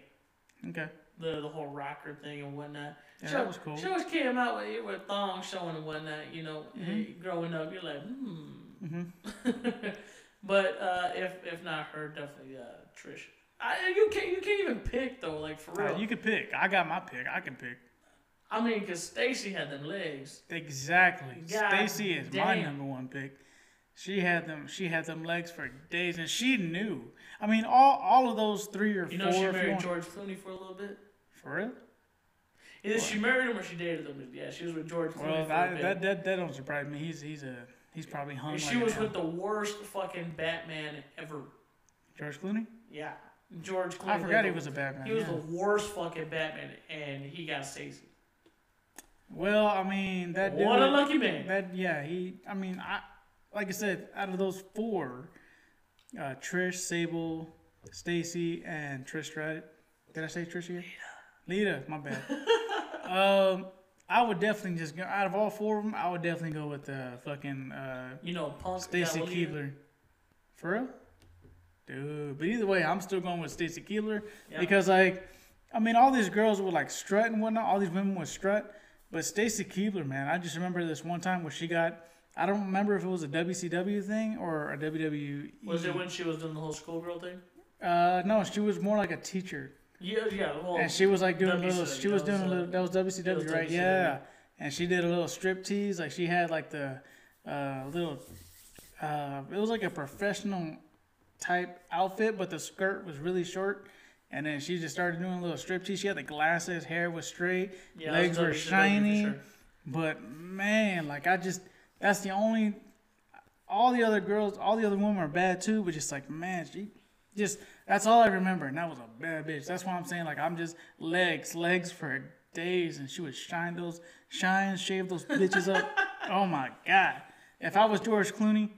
Okay.
the the whole rocker thing and whatnot.
Yeah,
she,
that was cool.
She always came out with, with thongs showing and whatnot. You know,
Mm-hmm.
eh, growing up, you're like, hmm.
Mm-hmm.
but uh, if if not her, definitely uh, Trish. I, you can't you can't even pick though, like for real.
Uh, you could pick. I got my pick. I can pick.
I mean, because Stacy had them legs.
Exactly.
God
Stacy is my
damn.
number one pick. She had them. She had them legs for days, and she knew. I mean, all all of those three or
You
four.
know, she
if you
married
want-
George Clooney for a little bit.
For real?
Either she married him or she dated him. Yeah, she was with George Clooney
Well,
for a
that,
bit.
that that that don't surprise me. He's he's a he's probably hung.
and
Like
she was
an
with
L.
the worst fucking Batman ever.
George Clooney.
Yeah, George Clooney.
I forgot he
was.
was a Batman.
He was
yeah.
the worst fucking Batman, and he got Stacy.
Well, I mean that dude.
What a lucky man!
That yeah, he. I mean, I like I said, out of those four, uh, Trish, Sable, Stacy, and Trish Stratus. Did I say Trish again? Lita, my bad. um, I would definitely just go out of all four of them. I would definitely go with uh, fucking uh,
You know, Punk.
Stacy
got Lita.
Keebler. For real? Dude, but either way, I'm still going with Stacy Keebler because like I mean all these girls would like strut and whatnot, all these women would strut. But Stacy Keebler, man, I just remember this one time where she got I don't remember if it was a WCW thing or a WWE.
Was it when she was doing the whole schoolgirl thing?
Uh no, she was more like a teacher.
Yeah, yeah. Well,
And she was like doing a little
WCW,
she was
that was,
doing a little
uh,
that was WCW,
that was
right?
WCW.
Yeah. And she did a little strip tease, like she had like the uh little uh it was like a professional type outfit, but the skirt was really short. And then she just started doing a little strip tease. She had the glasses, hair was straight,
yeah, that
legs
was
were
WCW for
shiny.
sure.
But man, like I just that's the only all the other girls, all the other women are bad too, but just like man, she just that's all I remember and that was a bad bitch. That's why I'm saying like I'm just legs, legs for days and she would shine those shine, shave those bitches up. Oh my god. If I was George Clooney,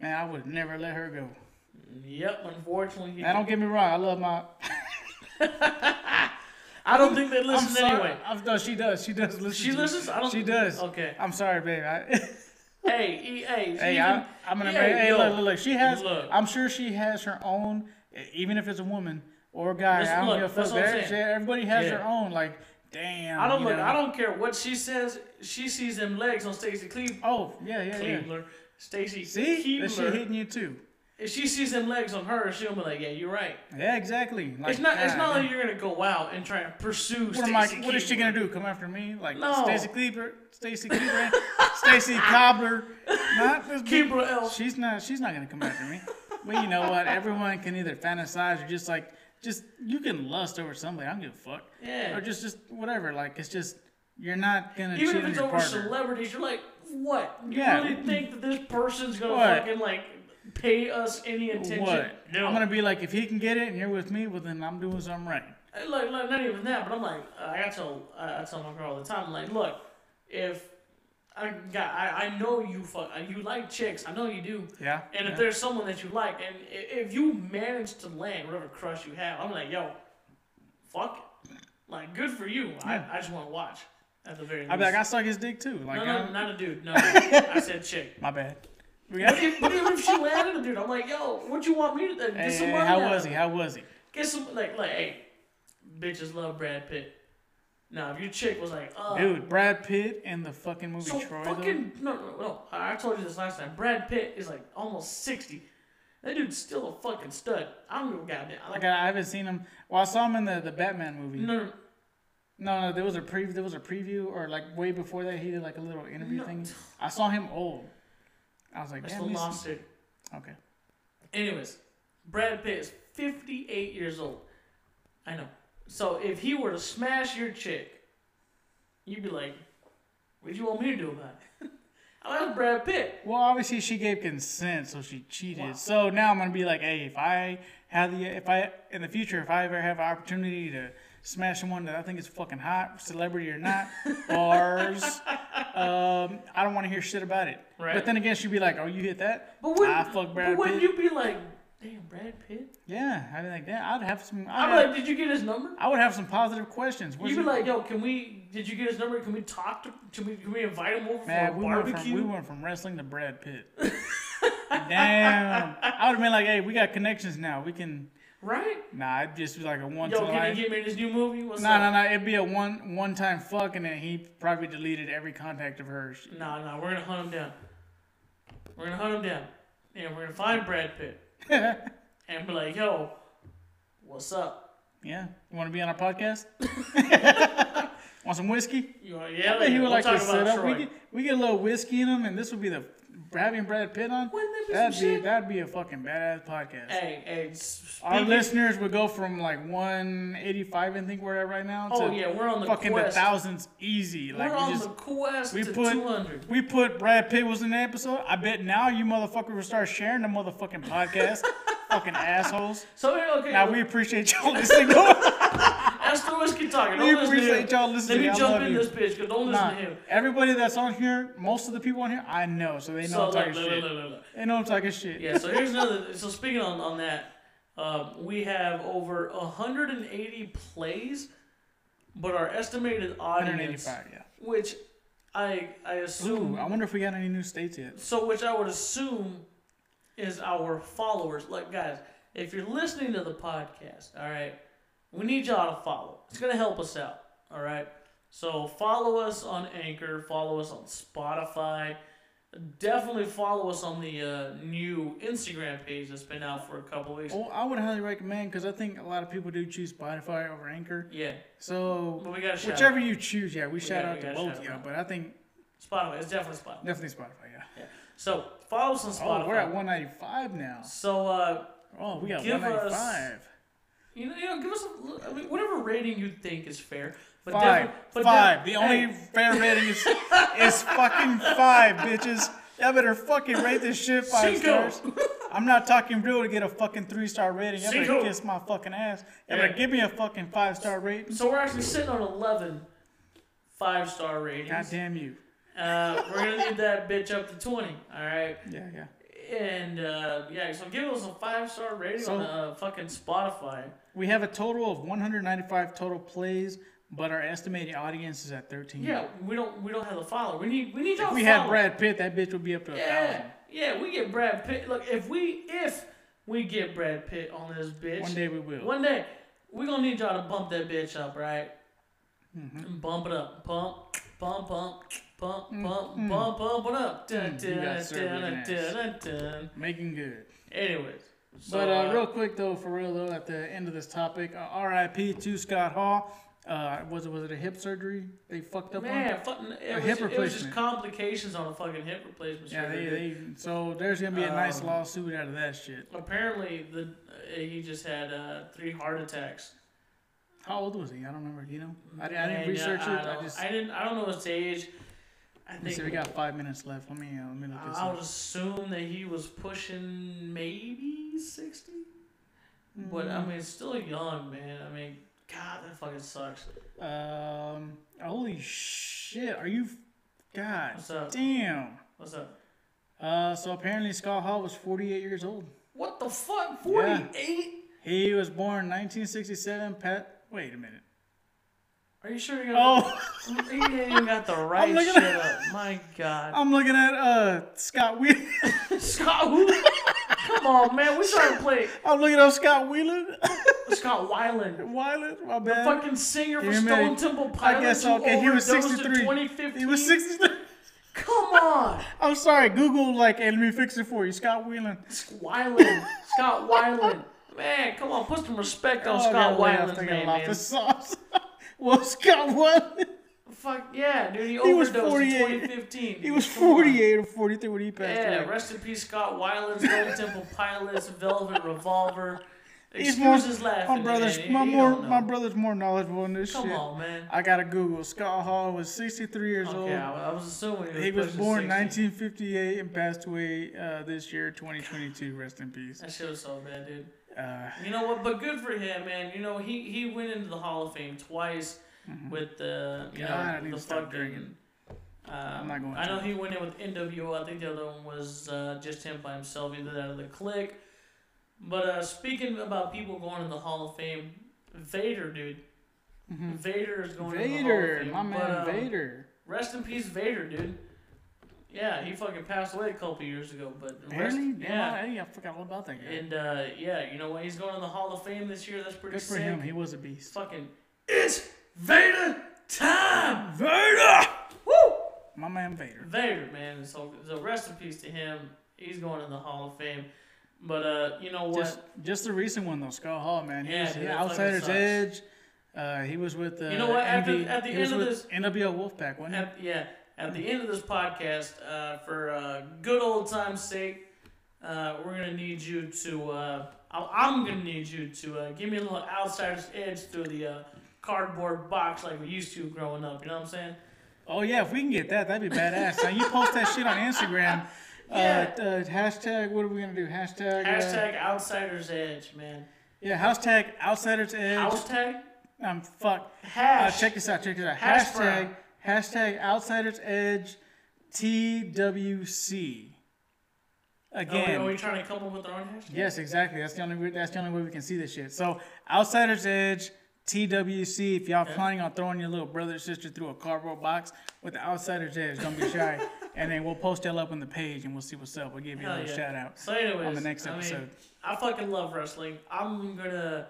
man, I would never let her go.
Yep. Unfortunately, he-
Now don't get me wrong, I love my
I don't think they
I'm
listen
sorry.
anyway.
I'm, no, she does. She does listen.
She
to me.
listens? I don't-
She does.
okay.
I'm sorry, babe. I,
Hey, EA.
Hey,
even-
I, I'm gonna.
EA,
hey,
yo,
look, look, look. She has.
Look.
I'm sure she has her own. e- Even if it's a woman or a guy,
That's-
I don't
look,
give a
that's
fuck.
what I'm
There-
saying.
she- Everybody has
Yeah.
their own. Like, damn.
I don't
you
look.
know.
I don't care what she says. She sees them legs on Stacy Cleve-
Oh yeah, yeah, yeah.
Cleveland. Stacy
See, that shit
Keebler.
hitting you too.
If she sees them legs on her, she'll be like, "Yeah, you're right."
Yeah, exactly. Like,
It's not. It's
God,
not
man.
like you're gonna go out and try and pursue.
What
Stacy
am I? What is she
Keebler.
gonna do? Come after me? Like
No.
Stacy Kleber, Stacy Kleber, Stacy Cobbler? Not this bitch.
Keebler L.
She's not. She's not gonna come after me. But you know what? Everyone can either fantasize or just like just you can lust over somebody. I don't give a fuck.
Yeah.
Or just just whatever. Like it's just you're not gonna
Even
cheat
if
on
it's
your
over
partner.
celebrities, you're like, what? You
Yeah.
really think that this person's gonna
What?
fucking like pay us any attention?
what?
No.
I'm gonna be like, if he can get it and you're with me, well then I'm doing something right.
Hey, Look, look, not even that, but I'm like, uh, I gotta tell, I I tell my girl all the time, I'm like, look, if I got, I, I know you fuck, uh, you like chicks, I know you do.
Yeah,
And
yeah.
if there's someone that you like, and i- if you manage to land whatever crush you have, I'm like, yo, fuck it. Like, good for you.
Yeah.
I, I just want to watch at the very least.
I'd be like, I suck his dick too. Like,
no,
I'm-
no, not a dude. No, I said chick.
my bad. We
But even if she landed a dude, I'm like, yo, what you want me to? Uh, get
Hey,
some money
how
out
was
of
he?
it.
How was he?
Get some like like hey, bitches love Brad Pitt. Now if your chick was like, uh
Dude, Brad Pitt in the fucking movie
so
Troy.
fucking no, no, no. I I told you this last time. Brad Pitt is like almost sixty. That dude's still a fucking stud. I don't give a goddamn. I
though.
like,
Like, I I haven't seen him. Well, I saw him in the, the Batman movie.
no, no,
No, no, there was a pre there was a preview or like way before that he did like a little interview
No.
thing. I saw him old. I was like,
that's
"Damn,
the
he's-
lawsuit.
Okay.
Anyways, Brad Pitt is 58 years old. I know. So if he were to smash your chick, you'd be like, what do you want me to do about it? I like Brad Pitt.
Well, obviously she gave consent, so she cheated. So now I'm gonna be like, hey, if I have the if I in the future if I ever have an opportunity to smash someone that I think is fucking hot, celebrity or not, bars, um, I don't want to hear shit about it.
Right.
But then again, she'd be like, oh, you hit that?
But wouldn't,
I fuck Brad
but wouldn't
Pitt.
you be like, damn, Brad Pitt?
Yeah, I'd be like, yeah, I'd have some. I'd
I'm
have,
like, did you get his number?
I would have some positive questions. Where's
You'd be
your-
like, yo, can we, did you get his number? Can we talk to, can we, can we invite him over
Man,
for a
we went, from,
barbecue?
we went from wrestling to Brad Pitt. Damn. I would have been like, hey, we got connections now. We can.
right?
Nah, it'd just be like a one
Yo, can
time.
you get me in this new movie? What's
Nah, nah,
up?
nah. It'd be a one one time fuck, and then he probably deleted every contact of hers.
Nah, nah, we're gonna hunt him down. We're gonna hunt him down. And we're gonna find Brad Pitt. and be like, yo, what's up?
Yeah. You want to be on our podcast? want some whiskey?
You know, yeah,
I bet he would
we'll
like
talk
to set
about
up.
Troy.
We get, we get a little whiskey in him, and this would be the. Having Brad Pitt on?
Wouldn't that be some
that'd
shit?
that'd be a fucking badass podcast.
Hey, hey, s-
Our
speaking-
listeners would go from like 185, I think we're at right now,
Oh,
to
yeah, we're on the
fucking
quest.
the thousands easy.
we're
Like
on
we just
the quest
we
to
put
200.
we put Brad Pitt was in the episode. I bet now you motherfuckers will start sharing the motherfucking podcast. fucking assholes.
So, hey, okay,
Now we appreciate y'all listening. Don't-
that's the whiskey talking.
we
Don't listen to him.
appreciate y'all listening.
Let
I
me jump
love
in
you.
this bitch, because don't listen
Nah,
to him.
everybody that's on here, most of the people on here, I know, so they know
So,
I'm
look,
talking
look, look,
shit.
look, look, look.
They know I'm talking shit.
Yeah, so here's another. So speaking on, on that, um, we have over 180 plays, but our estimated audience,
185, yeah.
which I I assume,
Ooh, I wonder if we got any new states yet.
so which I would assume is our followers. Like guys, if you're listening to the podcast, all right, we need y'all to follow. It's gonna help us out, all right. So follow us on Anchor, follow us on Spotify, definitely follow us on the uh, new Instagram page that's been out for a couple weeks.
Well, I would highly recommend because I think a lot of people do choose Spotify over Anchor.
Yeah,
So
But we gotta shout
whichever you choose, yeah, we, shout
gotta-
out
we
to
gotta
both
shout
of y'all.
out.
But I think
Spotify. It's definitely Spotify.
definitely Spotify. Yeah.
So follow us on Spotify.
Oh, we're at 195 now.
so uh,
Oh, we got
Give us
195.
You know, you know, give us a, I mean, whatever rating you think is fair. But
Five.
defi- but
five.
defi-
the only
hey,
fair rating is is fucking five, bitches. Y'all better fucking rate this shit five
Cinco.
stars. I'm not talking real to get a fucking three star rating. Y'all
Cinco.
better kiss my fucking ass. Y'all
Yeah.
better give me a fucking five star rating.
So we're actually sitting on 11 five star ratings.
God damn you.
Uh, we're gonna need that bitch up to 20. All right.
Yeah, yeah.
And uh, yeah, so give us a five star rating
So-
on uh, fucking Spotify.
We have a total of 195 total plays, but our estimated audience is at 13.
Yeah, we don't we don't have the follower. We need we need y'all.
If we
follow.
had Brad Pitt, that bitch would be up to a
Yeah, yeah, we get Brad Pitt. Look, if we if we get Brad Pitt on this bitch,
One day we will.
One day we gonna need y'all to bump that bitch up, right?
Mm-hmm.
Bump it up, bump, bump, bump, bump, bump, bump, bump it up. Dun,
Mm-hmm. you
dun,
got served
dun,
with
dun,
an
dun, dun.
Making good.
Anyways, so,
But uh,
uh,
real quick though, for real though, at the end of this topic, uh, R.I.P. to Scott Hall. Uh, was it was it a hip surgery they fucked up on?
man, fucking, it, was,
hip
it was just
replacement.
complications on a fucking hip replacement.
Yeah, they,
surgery.
they so there's gonna be a nice
Um,
lawsuit out of that shit.
Apparently, the uh, he just had uh, three heart attacks.
How old was he? I don't remember. You know, I, I didn't
And, uh,
research
I
it. I
don't-
just
I didn't. I don't know his age. I
let me
think
see. We got five minutes left. Let me uh, let me look this
I would
up.
assume that he was pushing maybe 60. But
Mm.
I mean, still young, man. I mean, God, that fucking sucks.
Um, holy shit! Are you? God
What's up?
damn.
What's up?
Uh, so apparently Scott Hall was 48 years old.
What the fuck? 48?
He was born 1967. Pat, wait a minute.
Are you sure you got,
Oh.
you ain't even got the right
looking
shit
at-
up? My God.
I'm looking at uh Scott Wheeler.
Scott, who? Come on, man. We trying to play
I'm looking up Scott Wheeler.
Scott Weiland,
Wheeler, my bad.
fucking singer for
You
Stone
may-
Temple Pilots.
I guess
who
okay. He was
overdosed in
63.
2015.
He was 63.
Come on,
I'm sorry. Google like, hey, let me fix it for you. Scott Whelan.
Weiland, Scott Weiland. Man, come on, put some respect on
Oh, I
Scott
got way off
Weiland's
thinking
name,
about
man.
the sauce. well, Scott Weiland.
Fuck yeah, dude. He,
He was
overdosed in
48.
2015.
He was
Come on.
48 or 43 when he passed
Yeah,
away.
rest in peace, Scott Weiland, Stone Temple Pilots, Velvet Revolver.
He's more,
Excuses laughing.
my brother's
man.
my
You- you
more
don't know.
my brother's more knowledgeable in this
Come
shit.
on, man.
I gotta Google. Scott Hall was 63 years
Okay, I,
old.
I was assuming
He was
pushing
born
60.
1958 and passed away uh, this year, 2022. Rest in peace.
That shit was so bad, dude.
Uh,
You know what? But good for him, man. You know he he went into the Hall of Fame twice with the you
Mm-hmm. God, I
know
need
the
to stop
fucking.
drinking.
Um, I'm
not going
I
to.
know he went in with NWO. I think the other one was uh, just him by himself, either that or the Click. But uh, speaking about people going to the Hall of Fame, Vader, dude. Vader is going to the Hall
Mm-hmm.
of
Vader,
Fame.
my
but,
man
um,
Vader.
Rest in peace, Vader, dude. Yeah, he fucking passed away a couple years ago, but rest,
Really?
yeah.
Damn, I, I forgot all about that guy.
And uh, yeah, you know what? He's going to the Hall of Fame this year. That's pretty
Good for
sick.
him. He was a beast.
Fucking, it's Vader time.
Vader!
Woo!
My man Vader.
Vader, man. So, so rest in peace to him. He's going to the Hall of Fame. But uh, you know what?
Just, just the recent one though, Scott Hall, man. He
Yeah,
was
dude,
yeah,
that
Outsider's
fucking
Edge. Uh, he was with. Uh,
You know what? At the-
NB
at the
he was
end of
with
this-
NWO Wolfpack, wasn't he?
at, yeah, at the end of this podcast, uh, for uh, good old time's sake, uh, we're gonna need you to. Uh, I- I'm gonna need you to uh, give me a little outsider's edge through the uh, cardboard box like we used to growing up. You know what I'm saying?
Oh yeah, if we can get that, that'd be badass. now you post that shit on Instagram.
Yeah.
Uh, uh, hashtag. What are we gonna do? Hashtag. Uh,
Hashtag outsider's edge, man.
yeah. Hashtag Outsiders Edge.
Hashtag
um. Fuck. Uh,
hash.
check this out. Check this out.
Hash
hashtag.
brown.
Hashtag Outsiders Edge. TWC.
Are Oh, we,
Again.
are we trying to come up with our own hashtag?
Yes, exactly. That's the only way, that's the only way we can see this shit. So, Outsiders Edge, TWC. If y'all planning on throwing your little brother or sister through a cardboard box with the Outsiders Edge, don't be shy. and then we'll post that up on the page and we'll see what's up. We'll give you a
Hell
little
yeah.
shout out.
So, anyways,
on the next
I, mean,
episode.
I fucking love wrestling. I'm gonna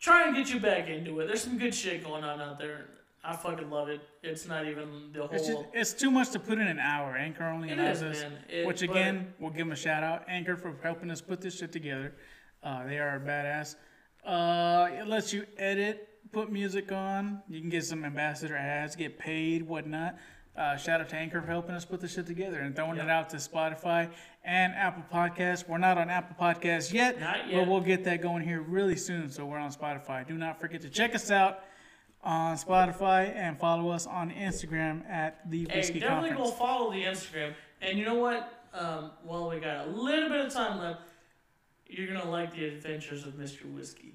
try and get you back into it. There's some good shit going on out there. I fucking love it. It's not even the whole.
It's just it's too much to put in an hour. Anchor only
It
allows
is,
us,
man. It-
which
but-
again, we'll give them a shout out. Anchor for helping us put this shit together. Uh, they are a badass. Uh, it lets you edit, put music on. You can get some ambassador ads, get paid, whatnot. Uh, shout out to Anchor for helping us put this shit together and throwing it out to Spotify and Apple Podcasts. We're not on Apple Podcasts yet,
Not yet.
but we'll get that going here really soon. So we're on Spotify. Do not forget to check us out on Spotify and follow us on Instagram at the
hey,
Whiskey
definitely
Conference.
go follow the Instagram. And you know what? Um, well, we got a little bit of time left. You're gonna like the adventures of Mr. Whiskey.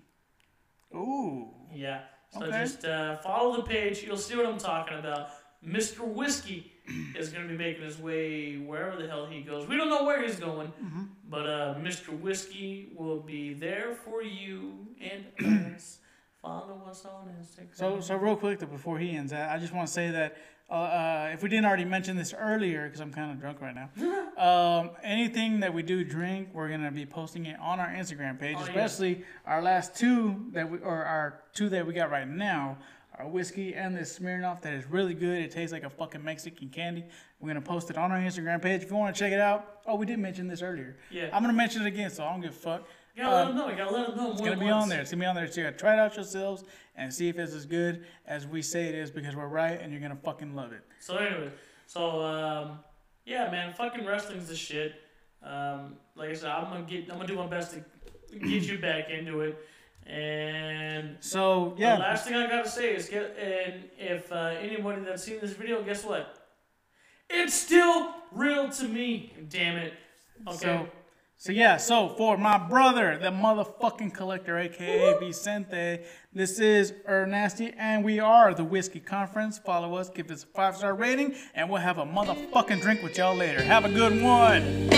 Ooh,
Yeah. So
Okay.
just uh, follow the page. You'll see what I'm talking about. Mr. Whiskey is going to be making his way wherever the hell he goes. We don't know where he's going,
Mm-hmm.
but uh, Mr. Whiskey will be there for you and us. Follow us on Instagram.
so so real quick though, before he ends that, I just want to say that uh, uh, if we didn't already mention this earlier, because I'm kind of drunk right now, um, anything that we do drink, we're gonna be posting it on our Instagram page,
Oh, yeah.
especially our last two that we or our two that we got right now. Our whiskey and this Smirnoff that is really good. It tastes like a fucking Mexican candy. We're gonna post it on our Instagram page if you want to check it out. Oh, we did mention this earlier.
Yeah.
I'm gonna mention it again, so I don't give a fuck.
you gotta let him know. You gotta let him know.
uh, It's gonna be on there. It's gonna be on there too. Try it out yourselves and see if it's as good as we say it is because we're right and you're gonna fucking love it.
So anyway, so um, yeah, man, fucking wrestling's the shit. Um, like I said, I'm gonna get. I'm gonna do my best to get you back into it. And
So
The
yeah,
last thing I gotta say is get and if uh, anybody that's seen this video, guess what? It's still real to me. Damn it. Okay.
so so yeah, so for my brother, the motherfucking collector, aka Vicente, this is Ernasty, and we are the Whiskey Conference. Follow us, give us a five star rating, and we'll have a motherfucking drink with y'all later. Have a good one.